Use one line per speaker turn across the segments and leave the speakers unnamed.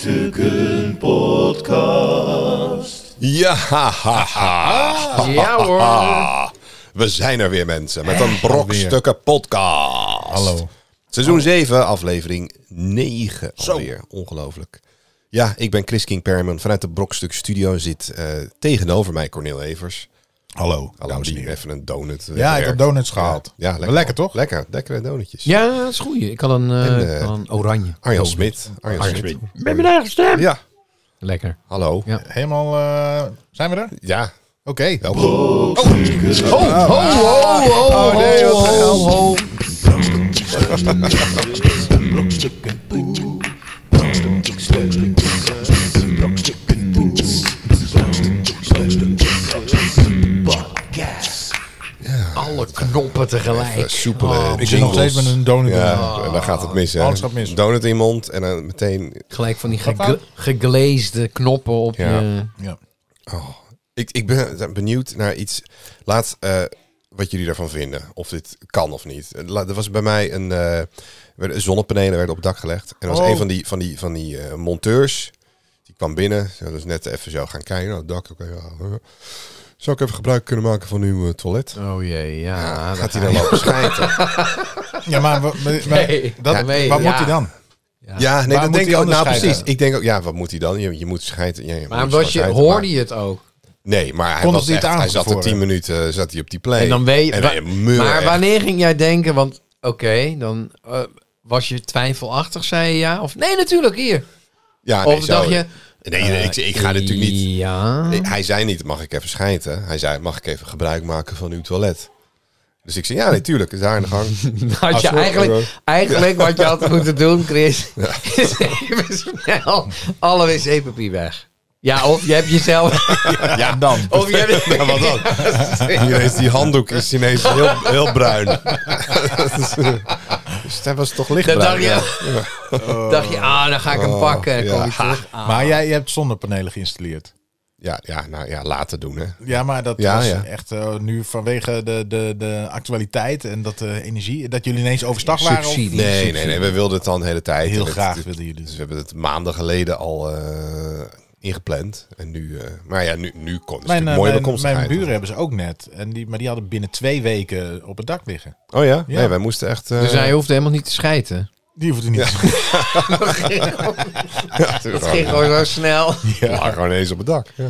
Brokstukken Podcast.
Ja, ha, ha, ha.
Ja hoor.
Ah, we zijn er weer mensen met een brokstukken podcast.
Hallo.
Seizoen 7, aflevering 9 alweer. Ongelooflijk. Ja, ik ben Chris King Perman. Vanuit de Brokstuk Studio zit eh, tegenover mij Cornel Evers.
Hallo.
Hallo, misschien even een donut. eh,
Ja, ik heb
werk.
donuts gehaald.
Ja, lekker,
Lekker, toch?
Lekker, lekkere donutjes.
Ja, dat is goed. Ik had een, eh,
En,
ik
eh,
had een oranje.
Arjan Smit. Arjan, Smit.
Met mijn eigen stem.
Ja,
Lekker.
hallo. Ja,
Ja.
Helemaal, eh, zijn we er? Oké.
welkom.
Oh, ho, ho, ho,
Oh, nee, wat
ho, ho. Alle knoppen
Even
tegelijk. Oh,
soepele
Ik zit nog steeds met een donut.
Ja, en dan gaat het mis, hè?
Alles gaat mis.
Donut in je mond en dan meteen...
Gelijk van die
fout?
gege- geglazede knoppen op
Ja.
je...
Ja.
Ik, ik ben benieuwd naar iets. Laat eh, wat jullie daarvan vinden. Of dit kan of niet. Eh, La- Er was bij mij een... eh, werden- zonnepanelen werden op het dak gelegd. En er was
Oh.
een van die, van die, van die eh, monteurs. Die kwam binnen. Ze was net even zo gaan kijken. Nou, het dak. oké, ja, eh. Zou ik even gebruik kunnen maken van uw eh, toilet?
Oh jee, ja. daar
Gaat
ga
hij dan
je.
lopen schijten?
Ja, maar, wa- maar- maar-
Nee.
dat,
Ja, nee,
wat
ja.
moet hij dan?
ja, nee,
Waar
dat denk
moet hij
ik ook.
anders
Nou,
schijten?
precies. Ik denk ook, ja, wat moet hij dan? Je, je moet schijten. Ja, je moet
Maar was
gewoon
je,
schijten, maar-
hoorde je het ook?
Nee, maar hij,
Kon
was
het niet
echt,
aan
hij
van
zat er
tevoren.
tien minuten eh, zat hij op die play.
En dan weet je.
En hij meur
maar
echt.
wanneer ging jij denken? Want oké, dan eh, was je twijfelachtig, zei je ja? Of nee, natuurlijk hier.
ja,
of
zo-
dacht je. eh,
Nee, nee, ik, ik ga natuurlijk niet...
Ja.
Nee, hij zei niet, mag ik even schijten? Hij zei, mag ik even gebruik maken van uw toilet? Dus ik zei, ja, natuurlijk, is daar aan de gang.
Had je
sorry,
eigenlijk,
hoor.
eigenlijk wat je had moeten doen, Chris, is even snel alle wc-papier weg. Ja, of je hebt jezelf...
Ja, dan.
Of je hebt,
Ja, wat dan? Hier is die handdoek is ineens heel, heel bruin. dus hij was toch
dan
lichtbruin.
dacht je,
ja. Ja. Oh,
dacht je, ah, dan ga ik hem pakken. En
ja.
kom je terug. Ah.
Maar jij je hebt zonnepanelen geïnstalleerd.
Ja, ja, nou ja, laten doen, hè.
Ja, maar dat
Ja,
was
ja.
echt eh, nu vanwege de, de, de actualiteit en dat de energie, dat jullie ineens overstag waren. Of,
Subsidie.
Nee, nee, nee, we wilden het dan de hele tijd.
heel
En het-
graag
het-
wilden jullie.
Dus we hebben het maanden geleden al eh, ingepland. En nu, eh, maar ja, nu, nu komt het natuurlijk
mijn, eh,
mooie
mijn, mijn
bekomstigheid.
buren hebben ze ook net. En die, maar die hadden binnen twee weken op het dak liggen.
Oh ja?
Ja.
Nee, wij moesten echt... eh,
Dus hij hoeft helemaal niet te schijten.
Die hoefde niet.
Het ging gewoon zo snel.
Ja, gewoon ineens op het dak. Ja.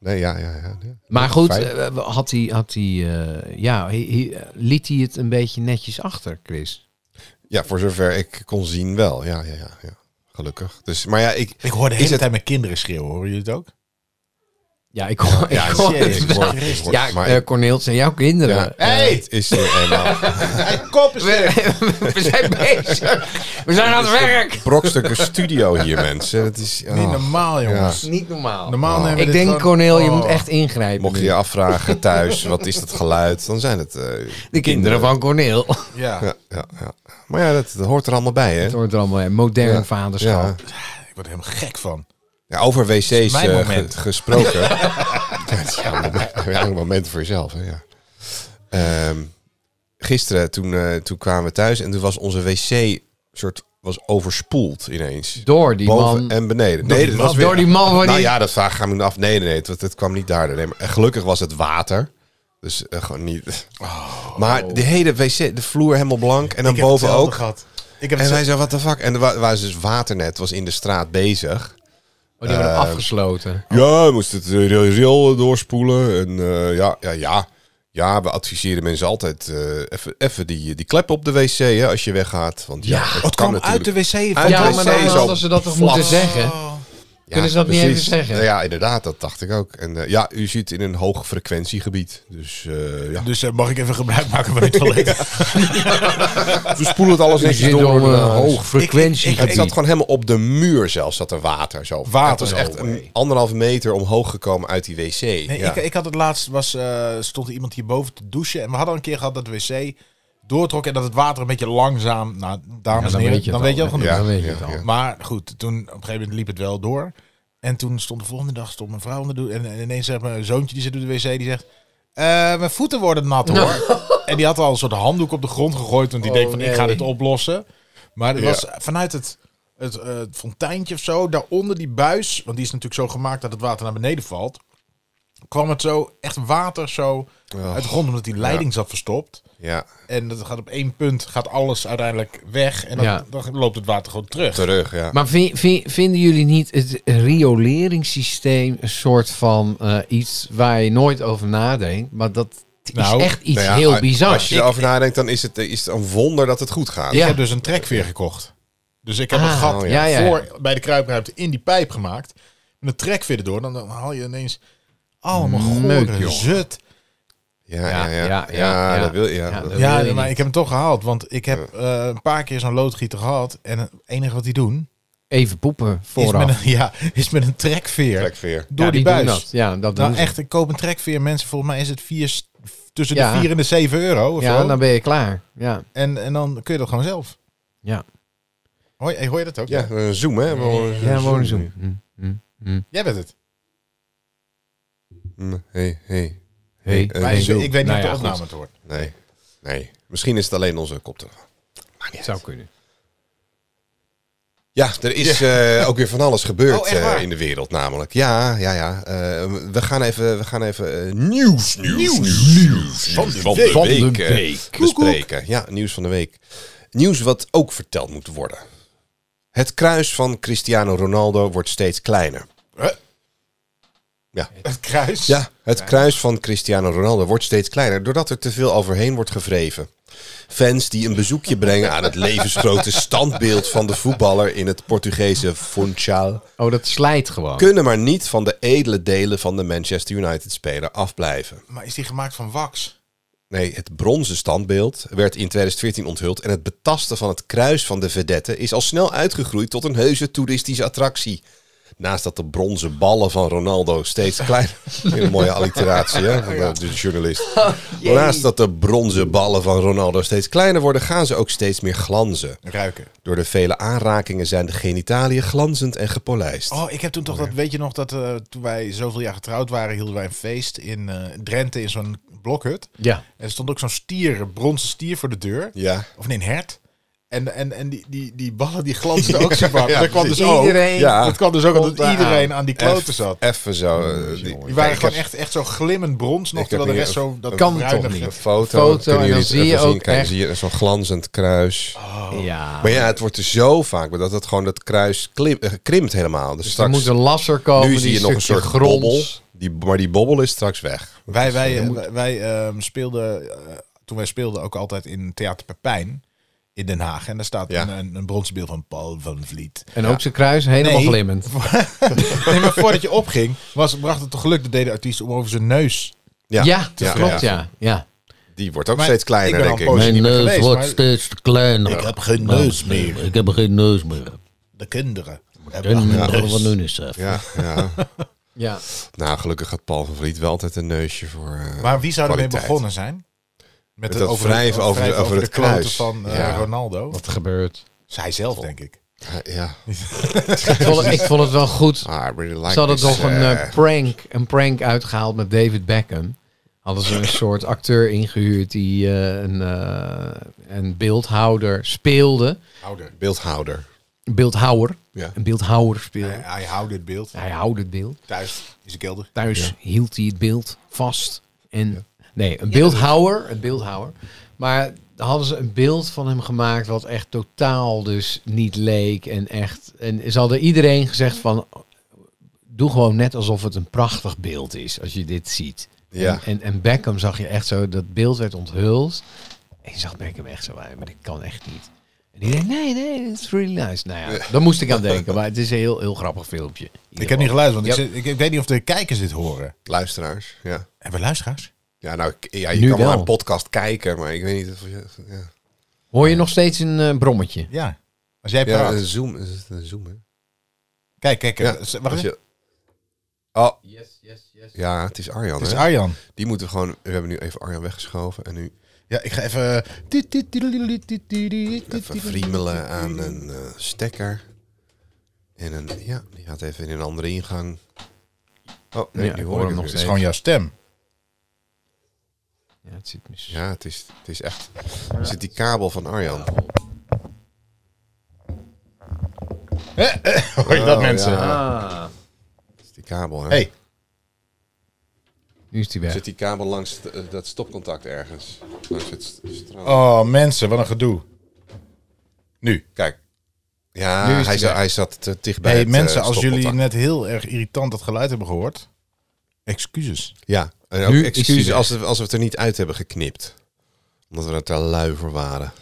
Nee, ja, ja, ja. ja.
Maar goed,
Fijn.
eh, had hij, had hij, eh, ja, hij- hij- liet hij het een beetje netjes achter, Chris?
Ja, voor zover ik kon zien wel. Ja, ja, ja. ja. Gelukkig. Dus, maar ja, ik...
Ik hoorde de
Is
hele
het-
tijd mijn kinderen schreeuwen. Horen jullie het ook?
Ja, ik hoor,
Ja,
ik hoor
shit,
het
ik
wel.
hoor- ik hoor-
Ja,
maar-
eh, Corneel, het zijn jouw kinderen.
Ja,
Eh,
het is nu eenmaal...
Kop is
we, we zijn bezig. We zijn aan het werk.
Brokstukken studio hier, mensen. Dat is...
Niet
oh.
normaal, jongens.
Niet normaal.
Normaal nemen we
Ik
dit
denk,
gewoon-
Corneel, je
Oh.
moet echt ingrijpen.
Mocht je
nu.
je afvragen thuis, wat is dat geluid? Dan zijn het... eh,
De kinderen van Corneel.
Ja.
Ja, ja, ja. Maar ja, dat, dat hoort er allemaal bij, hè?
Het wordt er allemaal eh, modern
Ja.
vaderschap.
Ja.
Ik word er helemaal gek van.
Ja, over wc's
mijn
eh, ge-
moment.
gesproken. Ja, het is jouw moment, jouw moment voor jezelf. Hè, ja. Ehm, gisteren, toen, eh, toen kwamen we thuis en toen was onze wc soort was overspoeld ineens.
Door die
Boven
man.
en beneden.
door die
dat
man-
was weer-
door die man waar
Nou
die-
ja, dat vraag gaan we nu af. Nee, nee, nee. Het, het kwam niet daardoor. Nee, maar eh, gelukkig was het water. Dus eh, gewoon niet.
Oh.
Maar de hele wc, de vloer helemaal blank. En dan
Ik heb
boven
hetzelfde
ook.
Gehad. Ik heb
En wij
het zo-
zeiden, wat de fuck? En er wa- waren ze dus waternet, was in de straat bezig.
Oh, die hebben hem
Eh,
afgesloten.
Ja, we moesten het eh, rail- rail doorspoelen. En eh, ja, ja, ja. Ja, we adviseren mensen altijd eh, even, even die, die klep op de wc hè, als je weggaat. Want ja,
Ja,
het
het kwam uit de
natuurlijk-
wc.
Uit
Ah, Ja,
de
maar
wc
dan
zo
hadden ze dat toch
flap.
moeten zeggen? Dus
Ja,
Kunnen ze dat niet even zeggen?
Nou Ja, inderdaad, dat dacht ik ook. En eh, ja, u zit in een hoog frequentiegebied. Dus eh, ja,
Dus eh, mag ik even gebruik maken van dit toilet?
we spoelen het alles
Je
netjes
zit
door.
door een
eh,
hoog frequentie.
Het zat gewoon helemaal op de muur zelfs, zat er water. Zo.
Water,
het was echt
no
een
way.
anderhalf meter omhoog gekomen uit die wc.
Nee,
ja.
ik, ik had het laatst, was, eh, stond er iemand hierboven te douchen. En we hadden al een keer gehad dat de wc doortrok en dat het water een beetje langzaam... Nou, dames en heren, dan weet je dat genoeg.
Ja,
Dan weet je
ja,
het al.
ja.
Maar goed, toen op een gegeven moment liep het wel door. En toen stond de volgende dag stond mijn vrouw onder de douche. En, en ineens zegt mijn zoontje, die zit op de wc, die zegt... "Eh, mijn voeten worden nat hoor. en die had al een soort handdoek op de grond gegooid. Want die
Nou. Oh,
denkt van, ik ga
nee.
dit oplossen. Maar het was vanuit het het, eh, het fonteintje of zo, daaronder die buis, want die is natuurlijk zo gemaakt dat het water naar beneden valt, kwam het zo echt water zo
Oh.
uit de grond, omdat die leiding zat verstopt.
Ja,
En dat gaat op één punt, gaat alles uiteindelijk weg en dan,
Ja.
dan loopt het water gewoon terug.
terug, ja.
Maar vi- vi- vinden jullie niet het rioleringssysteem een soort van eh, iets waar je nooit over nadenkt? Maar dat is
Nou,
echt iets
Nou ja,
heel bizar.
Als je erover nadenkt, dan is het, eh, is het een wonder dat het goed gaat.
Ja.
Ik heb dus een trekveer gekocht. Dus ik heb een
Ah,
gat
oh
ja. Ja, ja, ja.
voor bij de kruipruimte in die pijp gemaakt. Met een trekveer erdoor. Dan, dan haal je ineens allemaal
Meuk,
gore
joh.
zut.
Ja, ja, ja. Ja,
ja.
dat wil je. Ja.
Ja, dat- wil
Ja,
je
maar
niet.
ik heb hem toch gehaald. Want ik heb eh, een paar keer zo'n loodgieter gehad. En het enige wat die doen...
Even poepen
Is
vooraf.
met, een, ja, is met een trekveer
Trekveer.
door
Ja,
die,
doen
buis.
dat. Ja, dat
Nou
doen ze.
echt, ik koop een trekveer. Mensen, volgens mij is het vier, s- tussen de
Ja.
4 en de 7 euro. Of
Ja,
zo.
dan ben je klaar. Ja,
en, en dan kun je dat gewoon zelf.
ja.
Hoor, je- hoor je dat ook?
Ja, een zoom, hè? Gewoon
Ja, gewoon
zoom.
zo. Hm, hm, hm.
Jij bent het.
Hm, Hey, hey.
Hey,
eh,
Maar
nee,
ik,
zo-
ik weet niet
Nou
of de
ja, goed.
opname het wordt.
Nee, nee. Misschien is het alleen onze koptelefoon. Maar niet uit.
Zou kunnen.
Ja, er is eh, ook weer van alles gebeurd
Oh, echt
eh,
waar?
in de wereld namelijk. Ja, ja, ja. Eh, we gaan even, we gaan even eh, nieuws, nieuws, nieuws, nieuws
van de week.
Van de
eh,
week.
bespreken. Ja, nieuws van de week. Nieuws wat ook verteld moet worden. Het kruis van Cristiano Ronaldo wordt steeds kleiner.
Huh?
Ja.
Het kruis?
Ja, het kruis van Cristiano Ronaldo wordt steeds kleiner doordat er te veel overheen wordt gevreven. Fans die een bezoekje brengen aan het levensgrote standbeeld van de voetballer in het Portugese Funchal
Oh, dat slijt gewoon.
kunnen maar niet van de edele delen van de Manchester United-speler afblijven.
Maar is die gemaakt van wax?
Nee, het bronzen standbeeld werd in 2014 onthuld en het betasten van het kruis van de vedette is al snel uitgegroeid tot een heuse toeristische attractie. Naast dat de bronzen ballen van Ronaldo steeds kleiner... Weer een mooie alliteratie hè, van de, de journalist. Naast dat de bronzen ballen van Ronaldo steeds kleiner worden, gaan ze ook steeds meer glanzen.
Ruiken.
Door de vele aanrakingen zijn de genitaliën glanzend en gepolijst.
Oh, ik heb toen toch dat, weet je nog, dat eh, toen wij zoveel jaar getrouwd waren, hielden wij een feest in eh, Drenthe in zo'n blokhut.
Ja.
En er stond ook zo'n stier, een bronzen stier voor de deur.
Ja.
Of nee, een hert. En, en, en die, die, die ballen die glansten ook zo hard. dat, kwam dus ook,
Iedereen.
Ja.
dat kwam dus ook
Komt
omdat
eraan.
iedereen aan die kloten
Eff-
zat.
Even zo. eh, die,
Die waren
Kijk,
gewoon
ik heb
echt, echt zo glimmend brons nog,
Ik heb
terwijl de
hier
rest
een-
zo... Dat
kan toch
bruinige-
een foto.
Foto,
dat kunnen
en
jullie even
dan zie je
zien.
ook
Kijk, dan
echt- Ah.
zie je zo'n glanzend kruis.
Oh. Ja.
Maar ja, het wordt er zo vaak bij dat het gewoon dat kruis klim- eh, krimpt helemaal. Dus,
Er
straks,
moet een lasser komen.
nu
die
zie je nog een
stukje
soort
gronds.
bobbel. Die, maar die bobbel is straks weg.
Wij, wij, eh, wij, wij, ehm, speelden, eh, toen wij speelden, ook altijd in Theater Pepijn in Den Haag. En daar staat
Ja.
een, een, een bronzen beeld van Paul van Vliet.
En ook zijn kruis helemaal
Nee.
glimmend.
nee, maar voordat je opging, was, bracht het toch geluk dat deed de artiest om over zijn neus.
Ja, dat klopt, ja. ja.
Die wordt ook
Maar
steeds kleiner,
ik ben
denk
al
ik.
een Mijn Oh, niet meer neus geweest, wordt maar-
steeds kleiner.
geen
Nou,
Ik heb geen neus meer.
De kinderen.
is
Ja, ja.
ja.
Nou, gelukkig had Paul van Vliet wel altijd een neusje voor. eh,
Maar wie zou ermee
kwaliteit.
begonnen zijn? Met,
dat wrijven over de- over het
de kloten
kruis.
van eh,
Ja.
Ronaldo.
Wat gebeurt.
Zij zelf, denk ik.
Ja.
Ik vond, het- ik vond het wel goed.
Ah, I really like
Ze hadden
this,
toch een
eh,
eh, prank, een prank uitgehaald met David Beckham. Hadden ze een soort acteur ingehuurd die eh, een, eh, een beeldhouder speelde.
Ouder.
beeldhouder.
Een beeldhouwer.
Ja.
Een beeldhouwer speelde.
Hij, hij houdt dit beeld.
Hij houdt het beeld.
Thuis is een kelder.
Thuis hield hij het beeld vast. En, Nee, een beeldhouwer. Een beeldhouwer. Maar hadden ze een beeld van hem gemaakt wat echt totaal dus niet leek. En, echt, en ze hadden iedereen gezegd van... Doe gewoon net alsof het een prachtig beeld is als je dit ziet.
Ja.
En, en, en Beckham zag je echt zo, dat beeld werd onthuld. En je zag Beckham echt zo, "Ah, maar dit kan echt niet. En die denkt, nee, nee, it's really nice. Nou ja, daar moest ik aan denken. Maar het is een heel, heel grappig filmpje. In ieder
Ik heb niet
geval.
geluisterd, want
Ja.
ik, zit- ik, ik weet niet of de kijkers dit horen.
Luisteraars, ja.
Hebben we luisteraars?
Ja, nou, ik- ja, je
Nu
kan wel
wel.
naar een podcast kijken, maar ik weet niet of je... Ja,
Hoor je nog steeds een eh, brommetje?
Ja. Als jij
ja
praat.
een zoom, is het een zoom, hè?
Kijk, kijk.
Ja,
eh, z- wacht
Als
even.
je- Oh. Ja, het is Arjan,
Het is
Oh, hè?
Arjan.
Die moeten we gewoon... We hebben nu even Arjan weggeschoven en nu
Ja, ik ga even...
even friemelen aan een eh, stekker. En een... Ja, die gaat even in een andere ingang. Oh, nee,
Ja,
nu
ik
hoor ik hem nog
Het is
steeds.
gewoon jouw stem.
Ja, het zit mis.
Ja, het is, het is echt... Er zit die kabel van Arjan.
Hoor je dat,
Oh,
mensen?
ja.
Ah,
Is die kabel, hè?
Hey.
nu is die weg.
Zit die kabel langs het, eh, dat stopcontact ergens? Langs het st- stroom.
Oh, mensen, wat een gedoe. Nu.
Kijk. Ja,
Nu is
hij,
die
zat,
weg.
hij zat te dicht bij
Hey,
het, eh,
mensen, als jullie
stopcontact.
net heel erg irritant dat geluid hebben gehoord, excuses.
Ja, en ook
Nu is die
excuses
weg.
als, we- als we het er niet uit hebben geknipt. Omdat we er te lui voor waren.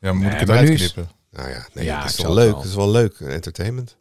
Ja, moet
Nee,
ik het
maar nu is-
uitknippen?
Nou ja, nee,
Ja,
dat is
ik
wel
zal het
leuk.
wel.
Het is wel leuk, eh, entertainment.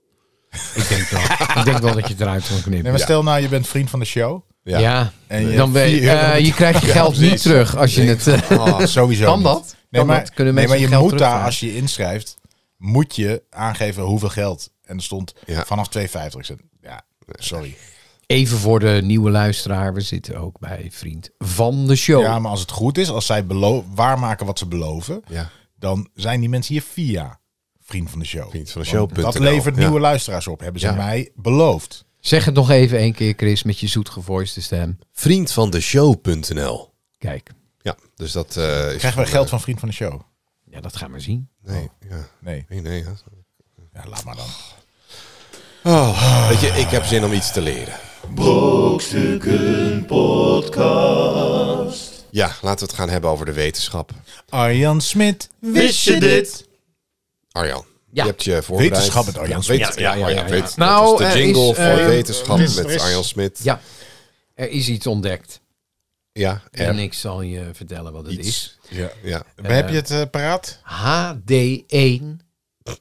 Ik denk wel. ik denk wel dat je het eruit kan
Nee,
knippen.
maar
Ja.
stel nou, je bent vriend van de show.
Ja.
En je
Dan ben je,
vier euro
eh, je krijgt je geld niet terug als je het... eh,
Oh,
Sowieso
kan
niet.
dat?
Nee,
Kan
maar,
dat? Kunnen
nee, maar
mensen
je
geld
moet daar,
terugvragen?
als je je inschrijft, moet je aangeven hoeveel geld. En er stond
Ja.
vanaf 2,50. Ik zei, ja, sorry.
Even voor de nieuwe luisteraar. We zitten ook bij Vriend van de Show.
Ja, maar als het goed is, als zij belo- waarmaken wat ze beloven,
ja,
dan zijn die mensen hier via vriend van de show.
vriend van de show.
Dat levert nieuwe luisteraars op, hebben ze
Ja.
mij beloofd.
Zeg het nog even één keer, Chris, met je zoetgevoiste stem.
Vriend van de show.nl.
Kijk,
Ja, dus dat eh is...
Krijgen we geld van vriend van de show?
ja, dat gaan we zien.
Nee, ja.
Nee,
Nee, nee, ja.
ja, laat maar dan.
Oh, weet je, ik heb zin om iets te leren.
Brokstukken Podcast.
Ja, laten we het gaan hebben over de wetenschap.
Arjan Smit,
Wist je dit?
Arjan,
Ja.
je hebt je voorbereid.
Wetenschap met Arjan Smit.
wet- Ja, ja, ja. weet- dat
Nou,
is
er
de
is,
jingle voor
eh,
wetenschap
er is- er
met
is-
Arjan Smit.
Ja, er is iets ontdekt.
Ja,
En
er
ik zal je vertellen wat het is.
iets.
Ja.
Ja.
Heb je het eh, paraat?
HD1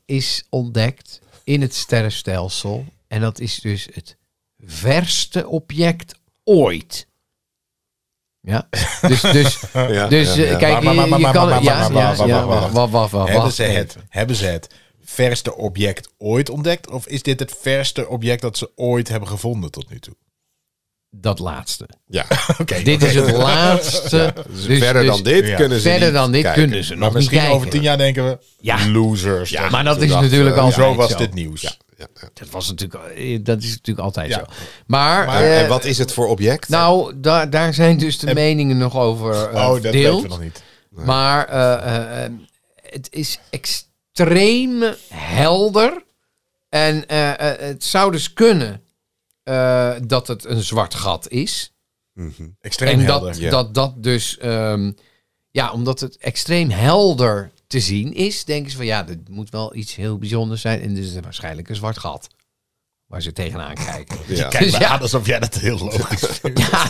is ontdekt in het sterrenstelsel. En dat is dus het verste object ooit. Ja, dus, dus,
Ja,
dus
ja,
eh,
ja.
kijk,
Maar, maar, maar,
je
maar,
kan...
maar, maar,
ja,
maar,
ja,
maar, maar,
ja,
maar, maar,
wacht, wacht, wacht, wacht,
Hebben ze,
even.
het, hebben ze het verste object ooit ontdekt? Of is dit het verste object dat ze ooit hebben gevonden tot nu toe?
Dat laatste.
Ja.
Oké,
Dit is het laatste. dus,
verder dan dit
ja.
kunnen ze
Verder
niet
dan dit
kijken.
kunnen ze
dus maar
nog niet
Nou, misschien
kijken.
over tien jaar denken we,
Ja.
losers. Ja,
Maar dat
Toen
is
dacht,
natuurlijk
eh,
al
zo was
zo.
dit nieuws. Ja.
Ja, ja.
Dat, was natuurlijk, eh, dat is natuurlijk altijd
Ja.
zo. Maar,
Maar,
eh,
en wat is het voor object?
nou, da- daar zijn dus de meningen nog over eh
Oh, dat weten
verdeeld.
we nog niet.
Maar eh, eh, eh, het is extreem helder. En eh, eh, het zou dus kunnen eh, dat het een zwart gat is.
Mhm.
Extreem
en
helder.
dat,
ja.
dat dat dus, ehm, ja, omdat het extreem helder te zien is, denken ze van ja, dit moet wel iets heel bijzonders zijn. En dit is waarschijnlijk een zwart gat waar ze tegenaan kijken.
Ja.
Kijk
Dus
maar
ja.
aan alsof jij dat heel logisch vindt.
Ja,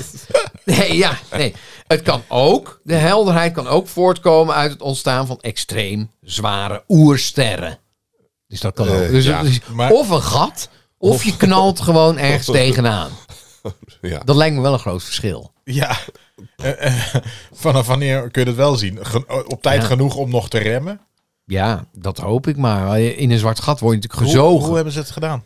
nee, ja, nee. Het kan ook, de helderheid kan ook voortkomen uit het ontstaan van extreem zware oersterren. Dus dat kan ook.
Eh,
Dus
ja,
het is
maar-
of een gat, of, je knalt gewoon ergens tegenaan.
Ja.
Dat lijkt me wel een groot verschil.
Ja. Eh, eh, vanaf wanneer kun je dat wel zien? Ge- op tijd
Ja.
genoeg om nog te remmen?
Ja, dat hoop ik maar. In een zwart gat word je natuurlijk
Hoe,
gezogen.
hoe hebben ze het gedaan?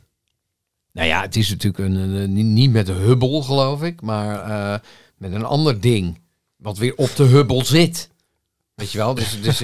Nou ja, het is natuurlijk een, een- een- niet- niet met de Hubble, geloof ik, maar eh, met een ander ding. Wat weer op de Hubble zit. Weet je wel? Dus, het is-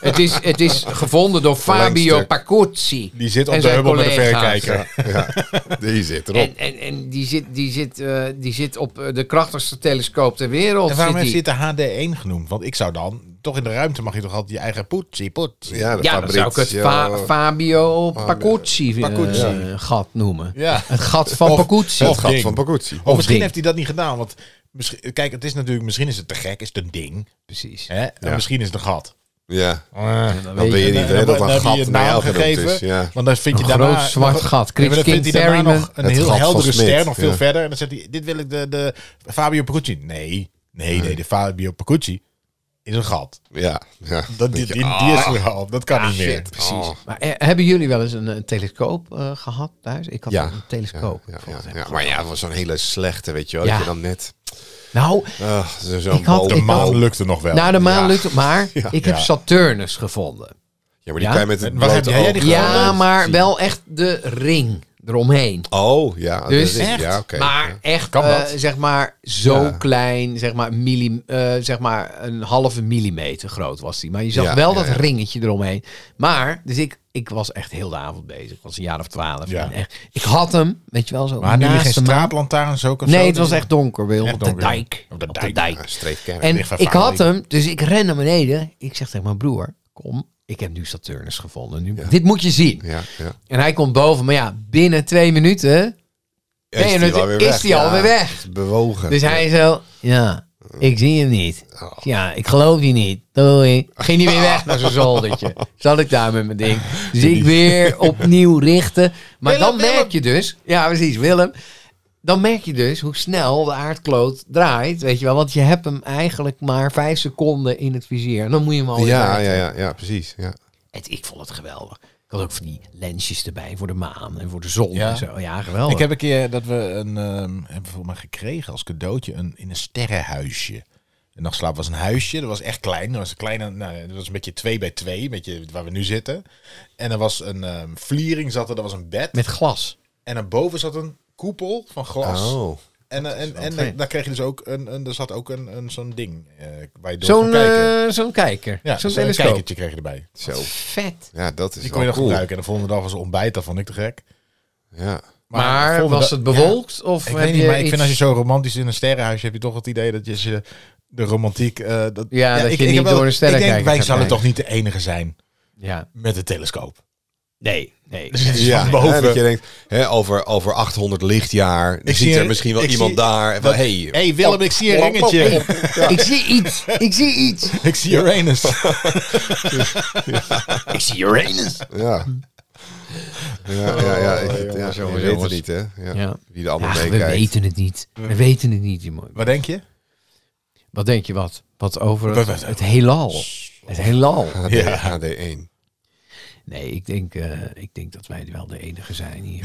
het, is, het is gevonden door Fabio
Verlengstuk.
Pacuzzi.
Die zit op
En
de
zijn
hubbel met de
collega's.
verrekijker.
Die zit erop.
En, en, en die, zit, die, zit, eh, die zit op eh, de krachtigste telescoop ter wereld.
En waarom
zit
heeft
die.
hij het de HD1 genoemd? Want ik zou dan, toch in de ruimte mag je toch altijd je eigen poetsie, poetsie.
ja, de
Ja, dan zou ik het
Fabrizio.
Fa- Fabio Pacuzzi, eh,
Oh, Pacuzzi.
gat noemen.
Ja.
Het gat van
Of-
Pacuzzi.
Het
of-
gat
ding.
van Pacuzzi.
Of misschien
ding.
heeft hij dat niet gedaan. Want misschien, kijk, het is natuurlijk, misschien is het te gek, is het een ding.
Precies.
Hè? En
Ja.
misschien is het een gat.
Ja,
Dan
dan
weet
ben je
je-
niet
En
hè,
dan-
dat
dan
een
heb je
gat
je
naar
naam
jou genoemd
gegeven.
is. Ja.
Want dan vind je
Een
daarna...
groot zwart gat. Chris
Nee, maar dan vindt hij daarna
King
nog een
Het
heel
gat van
heldere
Smit,
ster nog veel
ja.
verder. En dan zegt hij, dit wil ik de, de Fabio Pacucci. Nee, nee, nee, de Fabio Pacucci is een gat.
Ja, ja. Ah. Oh.
Dat, die, die, die is er al, dat
Ah,
kan niet meer.
precies.
Maar eh, hebben jullie wel eens een, eh, telescoop eh, gehad thuis? Ik had
Ja.
een telescoop.
Ja, ja,
bijvoorbeeld.
ja. Maar ja, het was zo'n hele slechte, weet je wel. Dat
Ja.
je dan net...
Nou,
ah, zo- zo'n
Ik had-
bal-
De
ik
maan
ook.
lukte nog wel.
naar de maan
ja.
lukt het, maar ik heb
Ja.
Saturnus gevonden.
Ja, maar die
Ja?
kan je met het
Waar heb
blote
jij
oog-
die
Ja,
gevonden?
maar wel echt de ring eromheen.
Oh, ja. dat
Dus
is-
echt,
Ja, oké.
maar
Ja.
echt,
Kan
eh,
dat?
zeg maar, zo
Ja.
klein, zeg maar, millim, eh, zeg maar een halve millimeter groot was die. Maar je zag
Ja,
wel
ja,
dat
ja.
ringetje eromheen. Maar, dus ik, ik was echt heel de avond bezig. Ik was een jaar of twaalf.
Ja.
En echt, ik had hem, weet je wel, zo
Maar nu
naast
geen
de maan.
straatlantaarns ook of
Nee,
zo?
het was echt donker, Wil.
Echt
op, de
donker, ja.
dijk,
Op de
op de
dijk.
dijk.
Ja, streepkerk.
En
ligt bij
ik had
Vamelie.
hem, dus ik ren naar beneden. Ik zeg tegen mijn broer, kom, ik heb nu Saturnus gevonden. Nu, Dit moet je zien.
Ja, ja.
En hij komt boven, maar ja, binnen twee minuten ben je
die
het-
alweer
is
weg?
die alweer weg?
het is Bewogen.
Dus hij zo, ja, ik zie hem niet.
Oh.
Ja, ik geloof je niet. Doei. Ging hij weer weg naar zijn zoldertje. Zat ik daar met mijn ding. Dus ik weer opnieuw richten. Maar
Willem,
dan merk
Willem.
je dus, ja precies, Willem. Dan merk je dus hoe snel de aardkloot draait, weet je wel. Want je hebt hem eigenlijk maar vijf seconden in het vizier. En dan moet je hem al
ja, ja, ja, ja, precies. Ja.
Het, ik vond het geweldig. Ik had ook van die lensjes erbij voor de maan en voor de zon
Ja.
en zo. Ja, geweldig.
Ik heb een keer dat we een ehm, hebben voor mij gekregen als cadeautje een, in een sterrenhuisje. Een nachtslaap was een huisje, dat was echt klein. Dat was een kleine, nou, dat was een beetje twee bij twee, een beetje waar we nu zitten. En er was een ehm, vliering zat er, dat was een bed.
Met glas.
En daarboven zat een koepel van glas.
Oh.
en eh, en, en
fijn.
daar kreeg je dus ook een, een er zat ook een, een zo'n ding eh, waar je door
Zo'n
kon kijken.
eh, zo'n kijker.
ja,
zo'n
zo'n
telescoop.
kijkertje kreeg je erbij.
Zo.
Vet.
Ja, dat is
Die kon
wel
je dan
cool.
gebruiken. En de volgende dag was ontbijt, dat vond ik te gek.
Ja.
Maar,
volgende
was
dag-
het
Ja.
bewolkt? Of
Ik
heb
weet niet,
je
maar ik
iets-
vind als je zo romantisch in een sterrenhuisje heb je toch het idee dat je ze- de romantiek... eh, dat,
Ja, dat je niet
heb wel-
door een
Ik
sterrenkijker
denk, wij
gaat
zullen
kijken.
toch niet de enige zijn
Ja.
met een telescoop.
Nee, nee.
Dus het is
Ja,
van
hè,
boven.
dat je denkt, hè, over, over 800 lichtjaar
Ik
ziet
zie
er
een-
misschien wel
ik
iemand
zie- Eh.
daar. En van, hey,
hey, Willem, ik zie een ringetje.
Ik zie iets. Ik zie iets.
Ik zie Uranus.
Ik zie Uranus.
Ja. Ja,
Oh,
ja, ja, ik, ja, je
jongens,
weet het
jongens.
niet, hè? Ja.
Ja.
Wie er allemaal
Ach, we
meekijkt.
weten het niet. We weten het niet, jongen.
Wat denk je?
Wat denk je wat? Wat over
Wat-
het,
wat-
het heelal? Het heelal.
HD,
Ja.
HD1.
Nee, ik denk, eh, ik denk dat wij wel de enige zijn hier.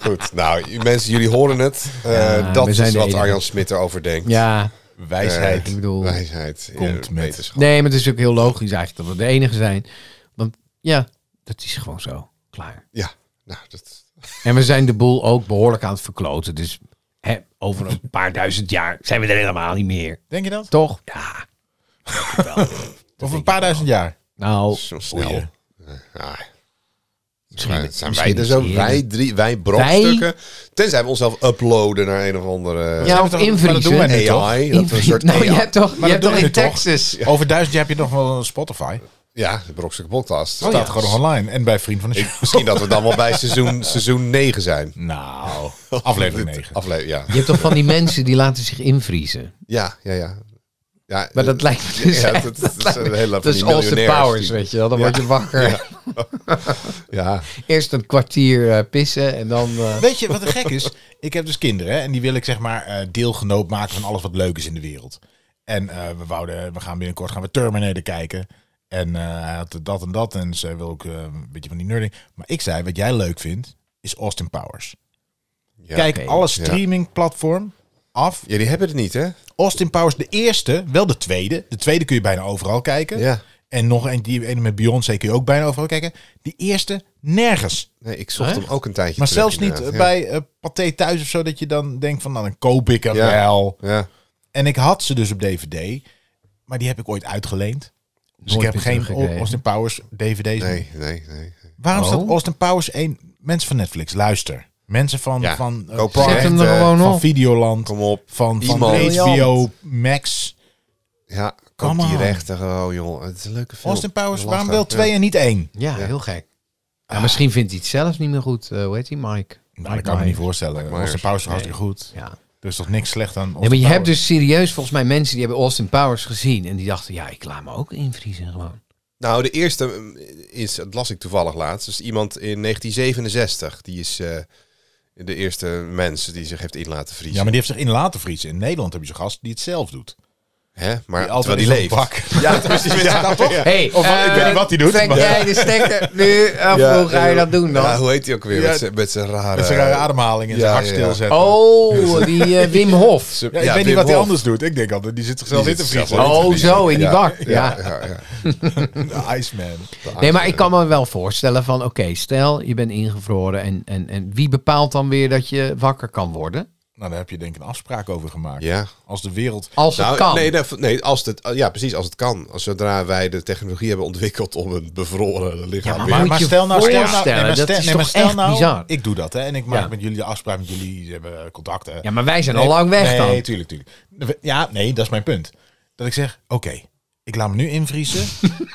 Goed, nou, j- mensen, jullie horen het. Eh,
Ja,
dat
we
is
zijn de
wat
enige.
Arjan Smit erover denkt. Eh,
Ja,
Wijsheid.
ik bedoel.
Wijsheid. eh,
Komt met.
wetenschap.
Nee, maar het is ook heel logisch eigenlijk dat we de enige zijn. Want ja, dat is gewoon zo. Klaar.
Ja, nou, dat...
En we zijn de boel ook behoorlijk aan het verkloten. Dus hè, over een paar duizend jaar zijn we er helemaal niet meer.
Denk je dat?
Toch? Ja.
Of een paar duizend jaar?
Nou,
Oh. Zo snel.
Oei.
Ja,
misschien-
nou, het zijn wij
misschien
er zo,
iets
wij
eerder.
drie, wij brokstukken. Tenzij we onszelf uploaden naar een of andere
Ja,
Maar
of
dat- maar dat doen
invriezen.
wij niet, toch?
AI. Dat we een
Invriezen.
soort
nou, je
AI.
hebt toch, je
Maar
hebt
dat
toch
doen
in
we nu toch?
Texas...
Over duizend jaar heb je nog wel een Spotify.
Oh, Ja, de brokstukken podcast.
Oh,
staat gewoon online. En bij Vriend van de Show.
Misschien dat we dan wel bij seizoen, seizoen 9 zijn.
Nou,
Oh,
aflevering 9.
Afle ja.
Je hebt toch van die mensen die laten zich invriezen.
Ja, ja, ja. ja eh,
Maar dat lijkt me dus
ja,
echt-
dat- dat is
lijkt
een
me-
hele van
Dat is
die
Austin
miljonairs
Powers,
die-
weet je wel. Dan word je wakker.
Ja,
Eerst een kwartier eh, pissen en dan... eh,
Weet je wat er gek is? Ik heb dus kinderen hè, en die wil ik zeg maar eh, deelgenoot maken van alles wat leuk is in de wereld. En eh, we, wouden, we gaan binnenkort gaan we Terminator kijken. En eh, hij had dat en dat en ze wil ook eh, een beetje van die nerding. Maar ik zei, wat jij leuk vindt, is Austin Powers.
ja.
Kijk,
oké.
alle streamingplatform af.
Jullie hebben het niet, hè?
Austin Powers, de eerste, wel de tweede. De tweede kun je bijna overal kijken.
Ja.
En nog een, die ene met Beyoncé kun je ook bijna overal kijken. Die eerste, nergens.
Nee, ik zocht hem ook een tijdje
Maar
terug,
zelfs niet
inderdaad.
bij eh, Pathé thuis of zo, dat je dan denkt van, nou dan koop ik hem
Ja.
wel.
Ja. ja.
En ik had ze dus op DVD, maar die heb ik ooit uitgeleend. Dus
Nooit
ik heb
meer
geen
teruggekregen.
Austin Powers DVD's.
Nee, nee, nee.
Waarom
Oh.
staat Austin Powers 1? Mensen van Netflix, luister. Mensen van,
Ja,
van, eh,
koop
Prime,
Zet hem er
eh,
gewoon
van
op.
Videoland,
Kom op.
van, van
Iemand.
HBO Max.
Ja, koop
Come
die
on.
rechten gewoon, joh. Het is een leuke film.
Austin Powers,
Lachen.
waarom wel twee
Ja.
en niet één?
Ja, heel gek. Ja, misschien vindt hij het zelf niet meer goed. Eh, hoe heet hij? Mike.
Nou, dat kan ik me niet
Myers.
voorstellen.
Myers.
Austin Powers is hartstikke goed.
Ja.
Er is toch niks slecht aan Austin
Nee, maar je hebt dus
Powers?
serieus volgens mij mensen die hebben Austin Powers gezien. En die dachten, ja, ik laat me ook invriezen gewoon.
Nou, de eerste eh, is, dat las ik toevallig laatst, dus iemand in 1967. Die is eh, de eerste mens die zich heeft in laten vriezen.
Ja, maar die heeft zich in laten vriezen. In Nederland heb je zo'n gast die het zelf doet.
Hè? Maar
Die altijd
terwijl die
in zo'n
leeft.
bak.
Ja, precies. Ja, ja.
Hey,
Of wat- ik weet niet wat hij doet,
Trek
maar-
jij de stekker nu? Of
Ja,
hoe ga je
eh,
dat doen dan?
Ja, hoe heet hij ook weer?
Ja,
met zijn- met zijn rare...
Met zijn rare ademhaling en
Eh, Ja,
zijn hart
ja, ja.
stilzetten.
oh, die eh, Wim Hof.
Ze-
Ja, ik weet
Wim
niet wat hij
Hof.
anders doet. Ik denk altijd, die zit
Die
zichzelf in
zit
te
zichzelf
vriezen.
wel
Oh,
te
zo, in die bak,
Ja,
ja.
ja, ja.
De Iceman.
Nee, maar ik kan me wel voorstellen van, oké, stel je bent ingevroren. En, en, en wie bepaalt dan weer dat je wakker kan worden?
Nou, daar heb je denk ik een afspraak over gemaakt.
Ja.
Als de wereld...
Als het
Nou,
kan.
Nee, dat- nee als het, eh, ja, precies, als het kan. Als zodra wij de technologie hebben ontwikkeld om een bevroren lichaam
Ja, maar
weer-
moet je
nee,
voorstellen,
maar
dat
nou- stel-
is
nee, maar
toch
stel
echt
nou,
bizar.
Ik doe dat, hè. En ik maak
Ja.
met jullie de afspraak, met jullie hebben eh, contacten.
Ja, maar wij zijn
Nee,
al lang weg
nee,
dan.
tuurlijk, tuurlijk. Ja, nee, dat is mijn punt. Dat ik zeg, oké, ik laat me nu invriezen.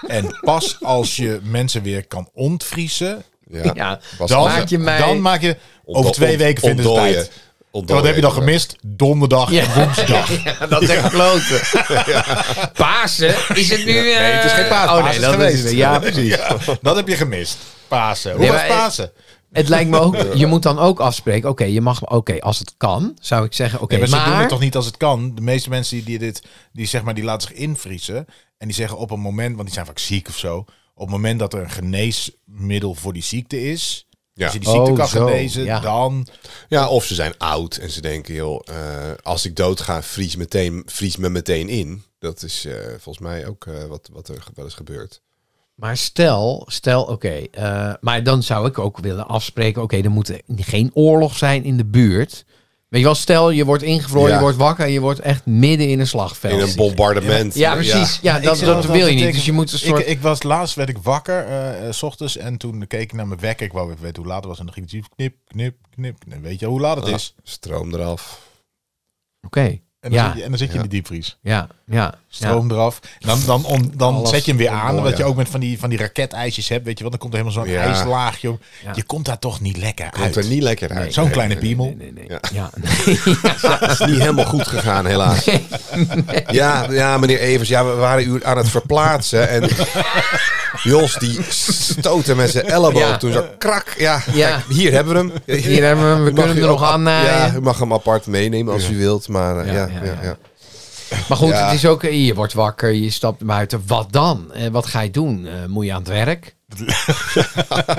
en pas als je mensen weer kan ontvriezen,
Ja.
Ja,
Was
dan,
dat-
maak je mij-
dan maak je... Over
Ont-
twee
ont-
weken vinden ze
ontdooien.
tijd. En
Ontdooien,
wat heb je dan
ja.
gemist? Donderdag en
Ja.
woensdag.
Ja, dat is echt kloten. Pasen? Is het nu... eh,
Nee, het is geen paas.
Oh,
Paas
nee,
is
dat
geweest.
is- ja, precies.
Dat heb je gemist. Pasen. Hoe
Nee,
was
maar-
Pasen?
Het lijkt me ook... Je moet dan ook afspreken. Oké, je mag... Oké, als het kan, zou ik zeggen... Oké,
Nee, maar ze doen
maar...
het toch niet als het kan. De meeste mensen die, die dit, die zeg maar, die laten zich invriezen. En die zeggen op een moment, want die zijn vaak ziek of zo. Op het moment dat er een geneesmiddel voor die ziekte is.
Ja.
Als je die ziekte
Oh,
kan
zo,
genezen,
ja.
dan.
Ja, of ze zijn oud en ze denken, joh, eh, als ik dood ga, vries, meteen, vries me meteen in. Dat is eh, volgens mij ook eh, wat, wat er ge- wel eens gebeurt.
Maar stel, stel, oké. eh, maar dan zou ik ook willen afspreken. Oké, er moet geen oorlog zijn in de buurt. Weet je wel, stel je wordt ingevroren,
Ja.
je wordt wakker en je wordt echt midden in een slagveld.
In een bombardement.
Ja, precies. Ja,
Ik
dat,
zeg
dat
altijd
wil je
tegen-
niet. Dus je moet een soort...
Ik, ik was laatst, werd ik wakker, eh, eh, s ochtends. En toen keek ik naar mijn wekker. Ik wou even weten hoe laat het was. En dan ging het knip, knip, knip. En dan weet je hoe laat het
Ah,
is.
stroom eraf.
Oké,
En dan
Ja.
zit je, en dan zit je in de diepvries.
ja, ja.
Stroom eraf. Dan, dan, om, dan
Alles
zet je hem weer aan.
onder,
Omdat je
ja.
ook met van die, van die raketijsjes hebt. Weet je wel, dan komt er helemaal zo'n
Ja.
ijslaagje. op.
Ja.
Je komt daar toch niet lekker
Komt
uit.
er niet lekker uit.
Nee.
Zo'n
Nee,
kleine
nee, nee.
piemel.
Nee, nee, nee.
Ja.
Ja, nee.
Ja, is niet helemaal goed gegaan, helaas. Ja, ja, meneer Evers, ja, we waren u aan het verplaatsen. En Jos, die stootte met zijn elleboog
Ja.
toen zo krak. Ja,
Ja.
kijk, hier hebben we hem.
Hier hebben we hem, we
U mag
kunnen hem
u
er nog
ook
aan eh,
ap- Ja,
naaien.
u mag hem apart meenemen als u wilt. Maar eh,
Ja,
ja,
ja,
ja,
ja.
ja.
Maar goed,
Ja.
het is ook, eh, je wordt wakker, je stapt buiten. Wat dan? Eh, wat ga je doen? Eh, moet je aan het werk?